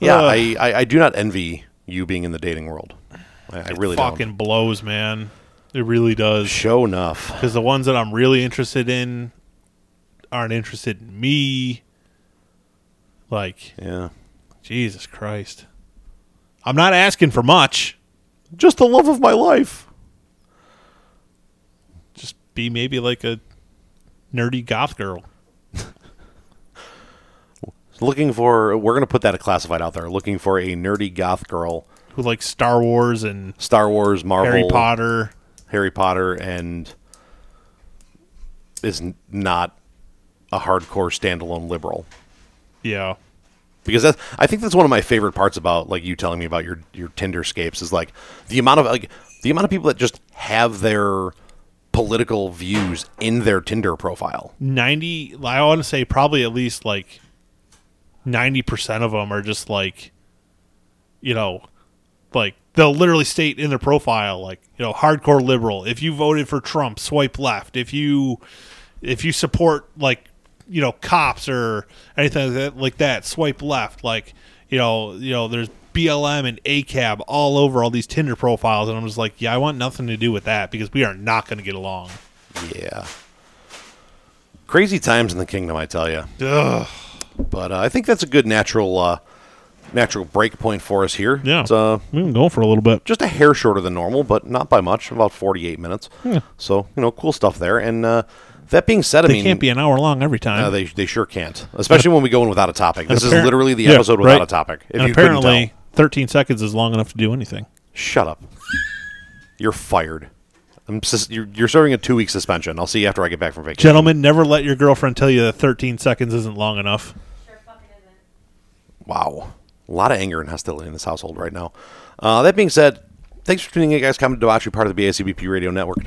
Speaker 4: yeah,
Speaker 3: Ugh.
Speaker 4: I, I I do not envy you being in the dating world. I, I really
Speaker 3: fucking
Speaker 4: don't.
Speaker 3: blows, man. It really does.
Speaker 4: Show enough.
Speaker 3: Because the ones that I'm really interested in aren't interested in me. Like
Speaker 4: Yeah,
Speaker 3: Jesus Christ. I'm not asking for much.
Speaker 4: just the love of my life.
Speaker 3: Just be maybe like a nerdy goth girl.
Speaker 4: Looking for. We're gonna put that classified out there. Looking for a nerdy goth girl.
Speaker 3: Who likes Star Wars and
Speaker 4: Star Wars, Marvel,
Speaker 3: Harry Potter.
Speaker 4: Harry Potter and is n- not a hardcore standalone liberal
Speaker 3: Yeah.
Speaker 4: because that's I think that's one of my favorite parts about like you telling me about your your Tinder scapes is like the amount of like the amount of people that just have their political views in their Tinder profile.
Speaker 3: Ninety. I want to say probably at least like ninety percent of them are just like, you know, like they'll literally state in their profile like you know hardcore liberal. If you voted for Trump, swipe left. If you if you support like you know cops or anything like that, like that swipe left. Like you know you know there's. BLM and ACAB all over all these Tinder profiles, and I'm just like, yeah, I want nothing to do with that because we are not going to get along.
Speaker 4: Yeah. Crazy times in the kingdom, I tell you.
Speaker 3: Ugh.
Speaker 4: But uh, I think that's a good natural uh, natural break point for us here.
Speaker 3: Yeah.
Speaker 4: It's, uh,
Speaker 3: We've been going for a little bit.
Speaker 4: just a hair shorter than normal, but not by much, about 48 minutes. So, you know, cool stuff there. And uh, that being said, I
Speaker 3: They
Speaker 4: mean,
Speaker 3: can't be an hour long every time.
Speaker 4: no, they, they sure can't, especially when we go in without a topic. This is
Speaker 3: appar-
Speaker 4: literally the
Speaker 3: Yeah,
Speaker 4: episode without
Speaker 3: right.
Speaker 4: a topic. If
Speaker 3: and
Speaker 4: you couldn't
Speaker 3: apparently,
Speaker 4: tell.
Speaker 3: 13 seconds is long enough to do anything.
Speaker 4: shut up. You're fired. I'm sus- you're, you're serving a two week suspension. I'll see you after I get back from vacation.
Speaker 3: Gentlemen, never let your girlfriend tell you that 13 seconds isn't long enough.
Speaker 5: Sure fucking isn't.
Speaker 4: Wow. A lot of anger and hostility in this household right now. Uh, that being said, thanks for tuning in, guys. Come to Debauchery, part of the BACBP Radio Network,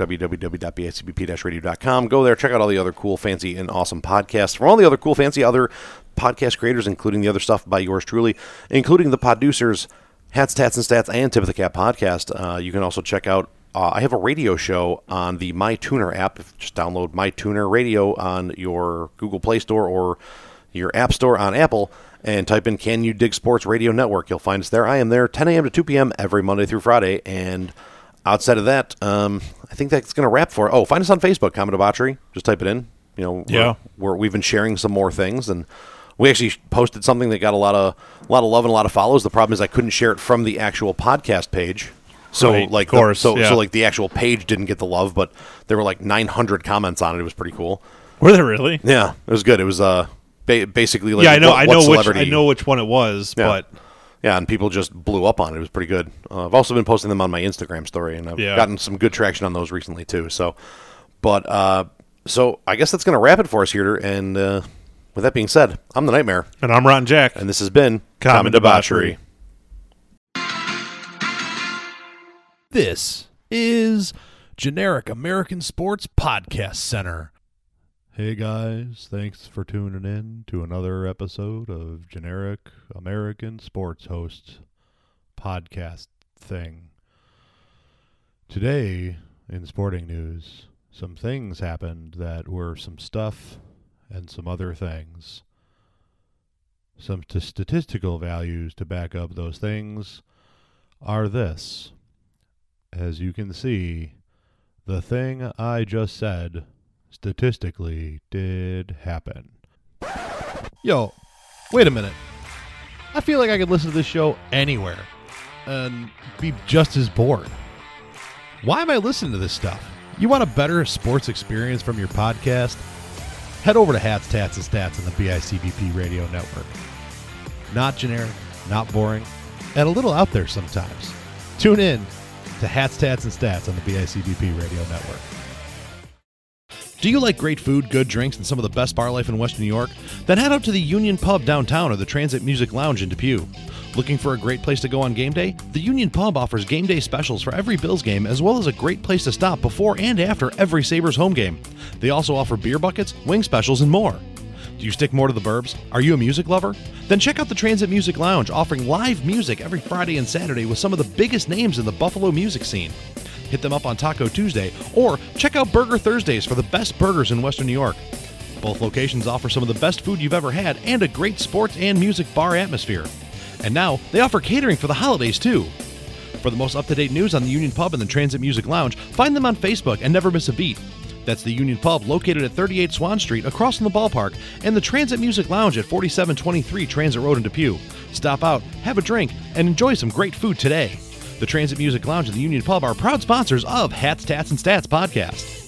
Speaker 4: www.bacbp-radio.com. Go there, check out all the other cool, fancy, and awesome podcasts from all the other cool, fancy other podcast creators, including the other stuff by yours truly, including the producers, Hats, Tats, and Stats, and Tip of the Cap podcast. Uh, you can also check out uh, I have a radio show on the MyTuner app. If- Just download MyTuner Radio on your Google Play Store or your App Store on Apple and type in Can You Dig Sports Radio Network. You'll find us there. I am there 10 a.m. to 2 p.m. every Monday through Friday. And outside of that, um, I think that's going to wrap for Oh, find us on Facebook, Common Debauchery. Just type it in. You know, we're-
Speaker 3: Yeah.
Speaker 4: we're, we've been sharing some more things and we actually posted something that got a lot of a lot of love and a lot of follows. The problem is I couldn't share it from the actual podcast page. So
Speaker 3: Right,
Speaker 4: like
Speaker 3: of
Speaker 4: the-
Speaker 3: course,
Speaker 4: so
Speaker 3: yeah.
Speaker 4: so like the actual page didn't get the love, but there were like 900 comments on it. It was pretty cool.
Speaker 3: Were they really?
Speaker 4: Yeah, it was good. It was uh ba- basically like
Speaker 3: yeah, I know.
Speaker 4: what-
Speaker 3: I
Speaker 4: what
Speaker 3: know which.
Speaker 4: celebrity.
Speaker 3: I know which one it was,
Speaker 4: Yeah.
Speaker 3: but
Speaker 4: yeah, and people just blew up on it. It was pretty good. Uh, I've also been posting them on my Instagram story, and I've
Speaker 3: Yeah.
Speaker 4: gotten some good traction on those recently too. So, but uh, so I guess that's gonna wrap it for us here. And uh, with that being said, I'm the nightmare,
Speaker 3: and I'm Rotten Jack.
Speaker 4: and this has been
Speaker 3: Common Debauchery.
Speaker 2: This is
Speaker 4: Generic American Sports Podcast Center. Hey guys, thanks for tuning in to another episode of Generic American Sports Hosts podcast thing. Today in sporting news, some things happened that were some stuff and some other things. Some t- statistical values to back up those things are this. As you can see, the thing I just said statistically did happen. Yo, wait a minute. I feel like I could listen to this show anywhere and be just as bored. Why am I listening to this stuff? You want a better sports experience from your podcast? Head over to Hats, Tats, and Stats on the BICBP Radio Network. Not generic, not boring, and a little out there sometimes. Tune in to Hats, Tats, and Stats on the BICBP Radio Network. Do you like great food, good drinks, and some of the best bar life in Western New York? Then head out to the Union Pub downtown or the Transit Music Lounge in Depew. Looking for a great place to go on game day? The Union Pub offers game day specials for every Bills game, as well as a great place to stop before and after every Sabres home game. They also offer beer buckets, wing specials, and more. Do you stick more to the burbs? Are you a music lover? Then check out the Transit Music Lounge, offering live music every Friday and Saturday with some of the biggest names in the Buffalo music scene. Hit them up on Taco Tuesday or check out Burger Thursdays for the best burgers in Western New York. Both locations offer some of the best food you've ever had and a great sports and music bar atmosphere. And now they offer catering for the holidays too. For the most up to date news on the Union Pub and the Transit Music Lounge, find them on Facebook and never miss a beat. That's the Union Pub located at 38 Swan Street across from the ballpark and the Transit Music Lounge at 4723 Transit Road in Depew. Stop out, have a drink, and enjoy some great food today. The Transit Music Lounge and the Union Pub are proud sponsors of Hats, Tats, and Stats podcast.